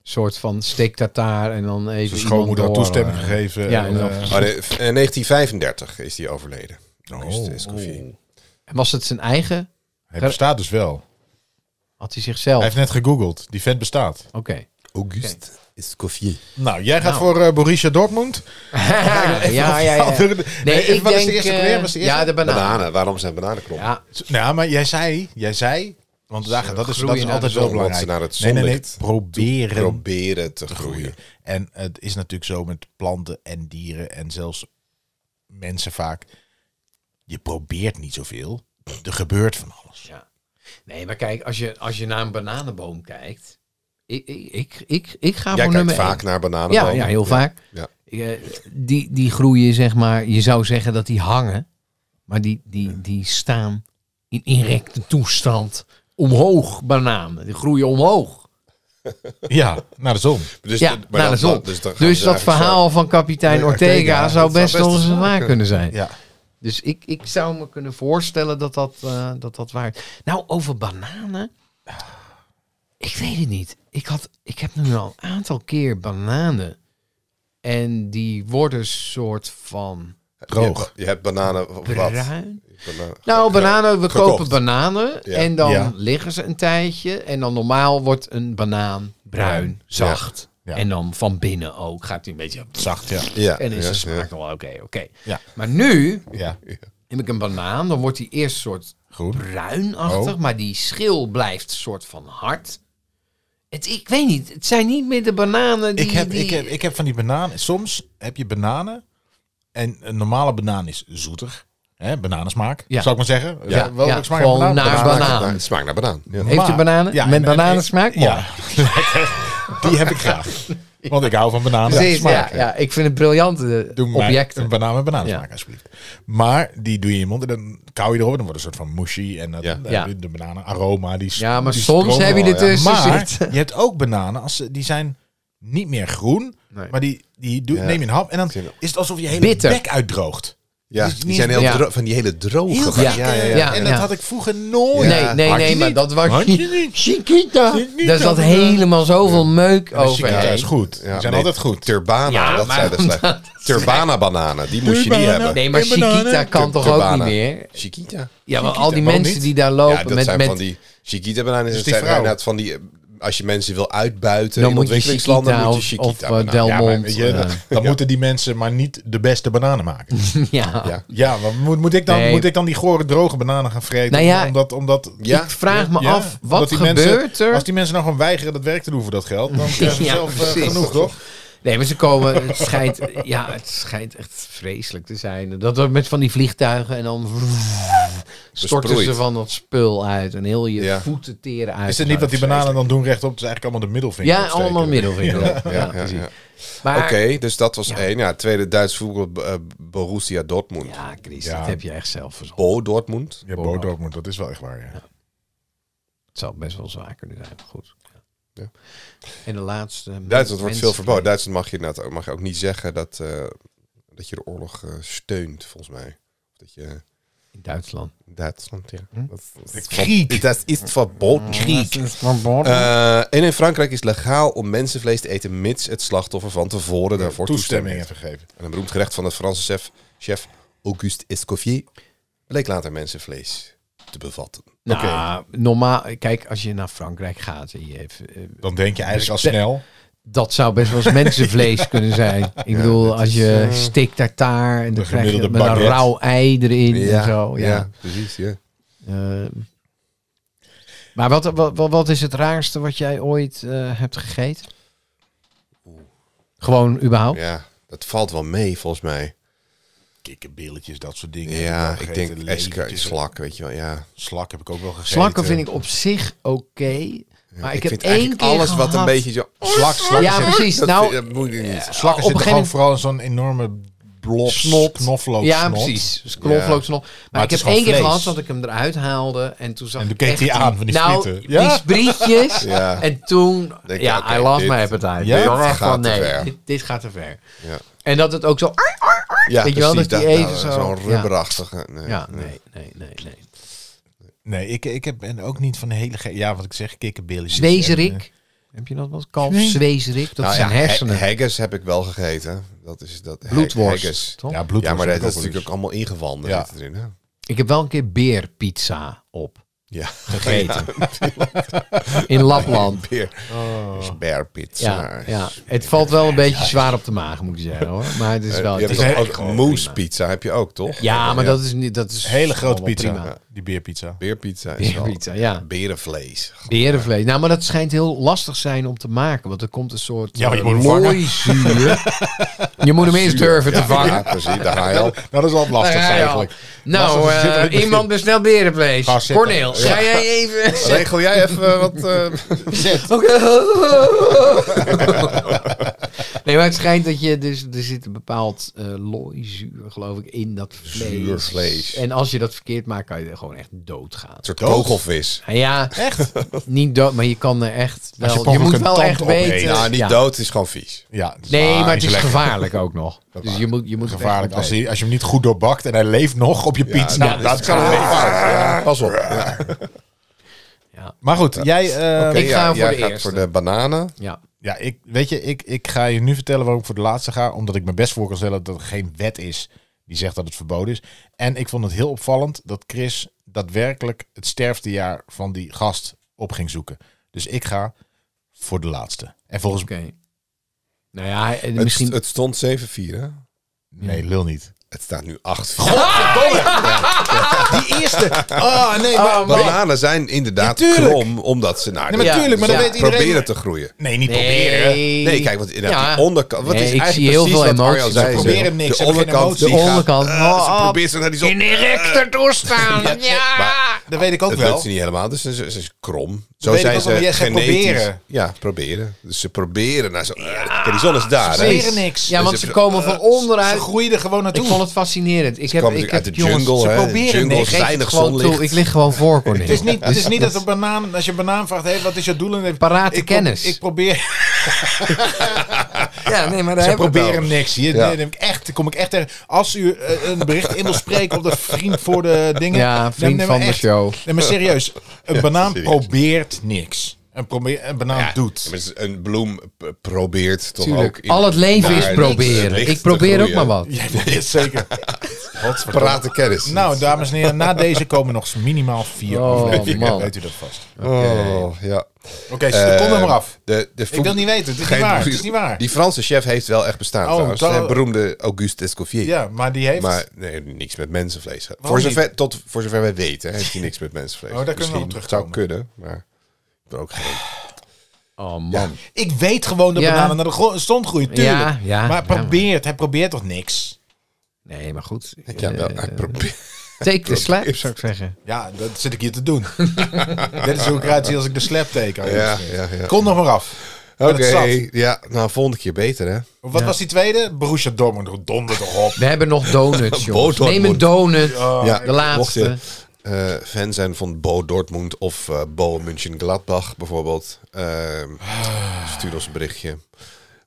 soort van steektataar en dan even.
Zijn
iemand
schoonmoeder had
door,
toestemming
eh,
gegeven.
ja,
en,
en dan-
eh,
Maar de- eh, 1935 is die overleden.
oh,
Escoffier.
En was het zijn eigen?
Hij bestaat dus
Oh.
wel.
Had hij
Hij
zichzelf?
heeft net gegoogeld. Die vent bestaat.
Oké.
Auguste Escoffier.
Nou, jij gaat
Nou.
voor eh, Borussia Dortmund.
ja, ja, ja.
Nee, even, wat is de eerste?
eh,
Weer was de eerste?
Ja, de bananen.
Bananen, waarom zijn bananen kloppen?
Ja,
Nou, maar jij zei, jij zei, want daar, dat is, dat
groeien
is
naar
altijd
de
wel
zon,
want
belangrijk.
ze naar het
nee, nee, nee,
zonlicht
proberen,
Proberen te
te groeien.
groeien.
En het is natuurlijk zo met planten en dieren en zelfs mensen vaak. Je probeert niet zoveel. Er gebeurt van alles.
Ja. Nee, maar kijk, als je, als je naar een bananenboom kijkt. Ik, ik, ik, ik, ik ga
Jij kijkt
voor nummer
vaak
één.
naar bananen.
Ja, ja, heel vaak.
Ja.
Eh, die, die groeien, zeg maar. Je zou zeggen dat die hangen. Maar die, die, die staan in erecte toestand. Omhoog, bananen. Die groeien omhoog.
Ja, naar de zon.
Dus,
ja,
de- maar
naar de
dan-
zon.
Dus,
Dus,
dan gaan ze
dat
eigenlijk
verhaal van kapitein
Nee,
Ortega, zou
Ortega,
dat zou
best
best
wel eens
eens
waar kunnen zijn.
Ja.
Dus ik, ik zou me kunnen voorstellen dat dat, eh, dat, dat waar is. Nou, over bananen. Ik weet het niet. Ik, had, ik heb nu al een aantal keer bananen. En die worden soort van
zo- Je
Droog.
hebt, je hebt bananen of wat?
bruin.
Bananen-
Nou, bananen, we
Gekocht.
kopen bananen.
Ja.
En dan
Ja.
liggen ze een tijdje. En dan normaal wordt een banaan bruin, zacht.
Ja.
En dan van binnen ook gaat hij een beetje...
Zacht, ja.
Ja,
En is
ja,
de
ja.
smaak al wel oké, oké.
Ja.
Maar nu
Ja,
heb ik een banaan. Dan wordt die eerst soort
goed.
bruinachtig,
Oh.
maar die schil blijft soort van hard. Het, ik weet niet, het zijn niet meer de bananen die...
Ik heb,
die-
ik, heb, ik heb van die bananen. Soms heb je bananen. En een normale banaan is zoeter. Hè, bananensmaak,
Ja.
zou ik maar zeggen. Ja, wel
ja,
ik smaak
gewoon
banaan.
naar
Smaakt
banaan.
naar- Het smaakt naar banaan. Ja.
Heeft
Maar-
u bananen?
Ja,
Met
en- en-
bananensmaak? Oh.
Ja. die heb ik graag. Want ik hou van bananen.
Precies, ja,
smaak.
ja, ik vind het briljante
Doe mij
objecten.
een banaan met banaan
Ja.
smaak, alsjeblieft. Maar die doe je in je mond en dan kauw je erop. En dan wordt een soort van mushy. En dat,
Ja.
eh,
Ja.
de bananenaroma. Die, s-
Ja, maar
die
soms
stromen
heb je dus-
wel,
er
ja.
tussen
maar
zitten.
je hebt ook bananen, als ze, die zijn niet meer groen,
Nee.
maar die, die doe,
Ja.
neem je een hap en dan
Tuurlijk.
is het alsof je hele
Bitter.
bek uitdroogt.
Ja,
Dus
die zijn heel
ja.
dro- van die hele droge.
Heel
bananen.
gek,
ja, ja,
hè?
ja.
ja.
En dat
Ja.
had ik vroeger nooit.
Ja.
Oh, Nee, nee,
Had je
nee, maar
niet.
dat was
Had je niet.
Chiquita.
Chiquita.
Daar zat helemaal zoveel meuk
En de chiquita
overheen.
is goed.
Ja,
die zijn
nee,
altijd goed.
Turbana,
Ja,
dat
maar
zijn de
omdat-
slechte. Turbana bananen, die moest je niet
Turbana.
hebben.
Nee, maar
En bananen.
Chiquita kan toch ook niet
Turbana.
meer?
Chiquita.
Ja, maar al die
waarom
mensen
niet?
die daar
Ja,
lopen
dat
met,
zijn
met
van die Chiquita bananen. Dat
Dus die
zijn
vrouw.
inderdaad van die, eh, als je mensen wil uitbuiten
Dan
in
moet je
ontwikkelingslanden,
Chiquita
moet je
of-
Chiquita
of, eh,
bananen.
Del-
Ja, maar weet je,
Mond,
dan
eh.
dan moeten die mensen maar niet de beste bananen maken.
Ja.
Ja.
Ja, maar moet, moet, ik dan,
Nee.
moet ik dan die gore droge bananen gaan vreten?
Nou ja,
omdat, omdat,
Ja,
Ik vraag me
Ja,
af,
omdat
wat
die
gebeurt
mensen,
er?
Als die mensen nou gewoon weigeren dat werk te doen voor dat geld, dan krijgen ze
Ja,
zelf eh,
precies.
genoeg, toch?
Nee, maar ze komen, het schijnt, ja, het schijnt echt vreselijk te zijn. Dat we met van die vliegtuigen en dan storten ze
Besproeid.
van dat spul uit. En heel je
Ja.
voeten teren uit.
Is het niet dat die bananen dan doen rechtop? Het is eigenlijk allemaal de middelvinger.
Ja,
opsteken.
allemaal middelvinger. Ja,
Ja, ja,
precies.
ja.
Maar,
Oké, dus dat was
Ja.
één. Ja, tweede Duits voetbal, eh, Borussia Dortmund.
ja Chris,
Ja.
dat heb je echt zelf verzonnen.
Bo Dortmund.
Ja, Bo Dortmund, dat is wel echt waar, ja.
Het zou best wel zwaar kunnen zijn, maar goed. Ja.
Ja.
En de laatste...
Duitsland wordt
mensen-
veel verboden. Duitsland mag je, inderdaad ook- mag je ook niet zeggen dat, eh, dat je de oorlog eh, steunt, volgens mij. Dat je
In Duitsland.
Duitsland, ja.
Hm?
Dat, dat,
Kriek.
dat is verboden. Eh, en in Frankrijk is legaal om mensenvlees te eten, mits het slachtoffer van tevoren daarvoor toestemming
Toestemming
heeft.
even gegeven.
En een beroemd gerecht van de Franse chef, chef Auguste Escoffier bleek later mensenvlees te bevatten.
Nou, normaal... Kijk, als je naar Frankrijk gaat en je heeft... eh,
Dan denk je eigenlijk al
Bespe-
snel.
Dat zou best wel eens mensenvlees kunnen zijn. Ik bedoel, als
eh,
je steek tartaar en dan krijg je
gemiddelde
met een
baguette.
rauw ei erin en zo. Ja.
precies. Ja.
Eh, maar wat, wat, wat, wat is het raarste wat jij ooit eh, hebt gegeten? Gewoon überhaupt?
ja, dat valt wel mee volgens mij.
Kikkerbilletjes, dat soort dingen.
Ja,
Gegeten,
ik denk
levertjes.
esca- slak, weet je wel. Ja.
Slak heb ik ook wel gegeten.
Slakken vind ik op zich oké. maar ik, heb
vind
één
eigenlijk
keer
alles wat een
gehad-
beetje zo... Slak, slak.
Ja,
is-
precies.
Dat,
Nou,
dat moet je niet.
Slak is
op een gegeven
er gewoon
moment-
vooral zo'n enorme blob,
Snot.
knoflook
Ja,
snot.
precies. Dus knoflook, snot. Maar,
Maar
ik
het is
heb één
gewoon
keer
vlees.
gehad dat ik hem eruit haalde. En toen zag
En toen
ik
keek
echt
hij aan van die
nou,
frieten. Ja.
die sprietjes.
Ja.
En toen,
Denk je,
ja,
oké,
I lost
dit-
my appetite.
Ja?
Ik
dit
dacht
gaat
van,
te
nee,
ver.
Dit, dit gaat te ver.
Ja.
En dat het ook zo...
Ja,
Weet je wel,
precies,
dat die even
nou,
zo-
Zo'n
ja.
rubberachtige... nee.
Ja, nee, nee, nee, nee.
Nee, ik, ik heb, ben ook niet van de hele... ge- Ja, wat ik zeg, kikkerbilletjes.
Zwezerik. Heb je dat wat? Kalfsweesrik, dat
Nou
zijn
ja,
hersenen.
he- haggis heb ik wel gegeten. Dat is dat. ha- haggis.
Bloedworst, toch?
Ja, bloed
Ja, maar dat,
was
is natuurlijk ook allemaal ingewanden
Ja.
zitten erin. Hè?
Ik heb wel een keer beerpizza op
Ja,
gegeten. In Lapland.
beer. Beerpits.
Oh. Ja, ja, het valt wel een beetje zwaar op de maag, moet ik zeggen hoor. Maar het is wel...
je
het
hebt
is
toch
is
ook
gewoon
moose pizza heb je ook, toch?
ja, maar dat is niet... Dat is
een hele grote
allemaal
pizza.
prima.
Die beerpizza.
Beerpizza is wel...
Beerpizza, ja.
Berenvlees.
Berenvlees. Nou, maar dat schijnt heel lastig zijn om te maken. Want er komt een soort
Ja, maar je
eh,
moet hem
mooi zuur. je moet hem eens durven te vangen.
Ja, precies. Daar ga je al.
Dat is wel lastig
Daar ga je al.
eigenlijk.
Nou,
Lastig, ze zitten
eh,
in het begin.
iemand bestelt berenvlees.
Ga zitten.
Corneel, ga jij even...
Regel jij even wat... eh,
Oké. nee, maar het schijnt dat je dus er zit een bepaald eh looizuur, geloof ik, in dat vlees.
Zuur vlees.
En als je dat verkeerd maakt, kan je er gewoon echt doodgaan.
Een soort kogelvis.
Nou Ja, echt? Niet dood, maar je kan er echt
Als
wel.
je
Je,
per ongeluk
moet
een
wel
tand
echt
opeet.
weten.
Nee, nou, niet dood, Ah, het is gewoon vies.
Ja, dat is
Nee,
waar,
maar het
niet
is
zo lekker.
gevaarlijk ook nog. Dus je moet, je moet het echt
Gevaarlijk.
goed
Als,
weten.
hij, als je hem niet goed doorbakt en hij leeft nog op je pizza.
ja,
nou,
dat
dat kan wel fout. Ja, Pas op.
Ja.
Maar goed, jij... eh,
Oké,
Ik ga voor
jij
de
gaat
eerste.
voor de bananen.
Ja.
Ja, ik, weet je, ik, ik ga je nu vertellen waarom ik voor de laatste ga. Omdat ik me best voor kan stellen dat er geen wet is die zegt dat het verboden is. En ik vond het heel opvallend dat Chris daadwerkelijk het sterftejaar van die gast op ging zoeken. Dus ik ga voor de laatste. En volgens
Oké.
mij...
Nou ja, hij-
Het,
misschien.
het stond 7-4, hè?
Nee, lul niet.
Het staat nu 8-4.
Die eerste! Oh, nee, maar...
Oh, man.
Bananen zijn inderdaad
Ja, tuurlijk.
krom, omdat ze naar
Nee, maar
Ja,
tuurlijk, maar
ja.
dan weet iedereen...
proberen te groeien.
Nee, niet proberen.
Nee, kijk, want inderdaad,
Ja.
die onderkant... Wat
Nee,
is
ik
eigenlijk
zie heel
precies
veel
wat Arjan
emoties.
zei,
Ze
zeg.
proberen niks,
De
ze hebben geen
onderkant,
emoties.
die
De
gaat,
onderkant.
eh,
Oh,
ze
oh.
probeert ze naar die zon...
rechter doorstaan. Ja.
Dat weet ik ook
Dat
wel.
lukt ze niet helemaal, dus ze, ze- ze is krom. Zo
weet
zijn
ik ook
ze
wel, maar jij zegt
genetisch.
proberen.
Ja, proberen. Dus ze proberen naar zo'n... Kijk, die zon is daar, hè?
proberen niks.
Ja, want
Ze-
ze komen van
Ze
onderuit.
groeien er gewoon naartoe.
Ik vond het fascinerend. Ik heb,
komen
ik heb
natuurlijk uit de jungle,
jongens, ze
hè. De
proberen
jungle
nee,
is
geef het
weinig
gewoon
zonlicht.
toe. Ik lig gewoon voor, Cornel.
Het is niet, het is niet dat een banaan, als je een banaan vraagt, hey, wat is je doel? En dan-
Parate
ik pro-
kennis.
Ik probeer,
Ja, nee, maar daar
ze
hebben we het
proberen niks. Hier
Ja.
nee, neem ik echt, kom ik echt tegen. Als u eh, een bericht in wil spreken op de vriend voor de dingen.
Ja, vriend
neem- neem
van
maar
de
echt-
show.
Nee, maar serieus. Een banaan
serieus.
probeert niks. Een, probeer, een banaan
Ja,
doet.
maar Een bloem p- probeert toch
Tuurlijk.
ook... in-
Al het leven
naar
is
het
proberen.
licht
Ik
te
probeer ook
groeien.
maar wat.
Jij weet het zeker. Godverdomme.
Praten kennis.
Nou, dames en heren, na deze komen nog minimaal vier
Oh,
afleveringen.
man.
Weet u dat vast.
Oh, ja.
Oké, ze- kom er maar
Ehm,
af.
De, de
Ik wil niet weten, het is niet waar. Het is niet waar.
Die Franse chef heeft wel echt bestaan
Oh,
trouwens.
dat-
De beroemde Auguste Escoffier.
Ja, maar die heeft...
Maar nee, niks met mensenvlees. Voor
niet?
zover, tot voor zover wij weten heeft hij niks met mensenvlees.
Oh, daar kunnen we
Misschien.
nog op
Het zou
terugkomen.
kunnen, maar ik ben ook geen...
Oh man.
Ik weet gewoon dat
Ja.
bananen naar de gro- grond groeien, tuurlijk.
Ja, ja,
maar
ja,
probeert, hij probeert toch niks?
Nee, maar goed. Eh,
Ja, wel, hij probeert...
Take the slap, zou ik zeggen.
Ja, dat zit ik hier te doen. Dit is hoe ik eruit zie als ik de slap teken.
Ja, ja, ja.
Kom nog maar af.
Oké,
Maar Oh, dat zat. Oh,
ja, nou volgende keer beter hè.
Wat was die tweede? Borussia Dortmund, donder toch op.
We hebben nog donuts, jongens.
Bootdortmund.
Neem een donut.
ja,
de laatste.
Mocht je eh, fan zijn van Bo Dortmund of eh Bo München Gladbach bijvoorbeeld, ehm,
Ah.
stuur ons een berichtje.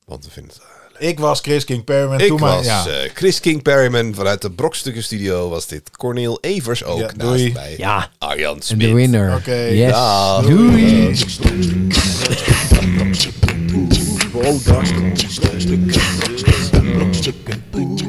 Want we vinden het
Ik was Chris King Perman.
Ik
Doe maar,
was
ja.
eh, Chris King Perryman vanuit de Brokstukken Studio. Was dit Corneel Evers ook?
Ja,
naast
doei.
mij.
Ja.
Arjan
En
Smit.
de winner.
Oké,
Yes. Doei.
Brokstukken, brokstukken, brokstukken, brokstukken,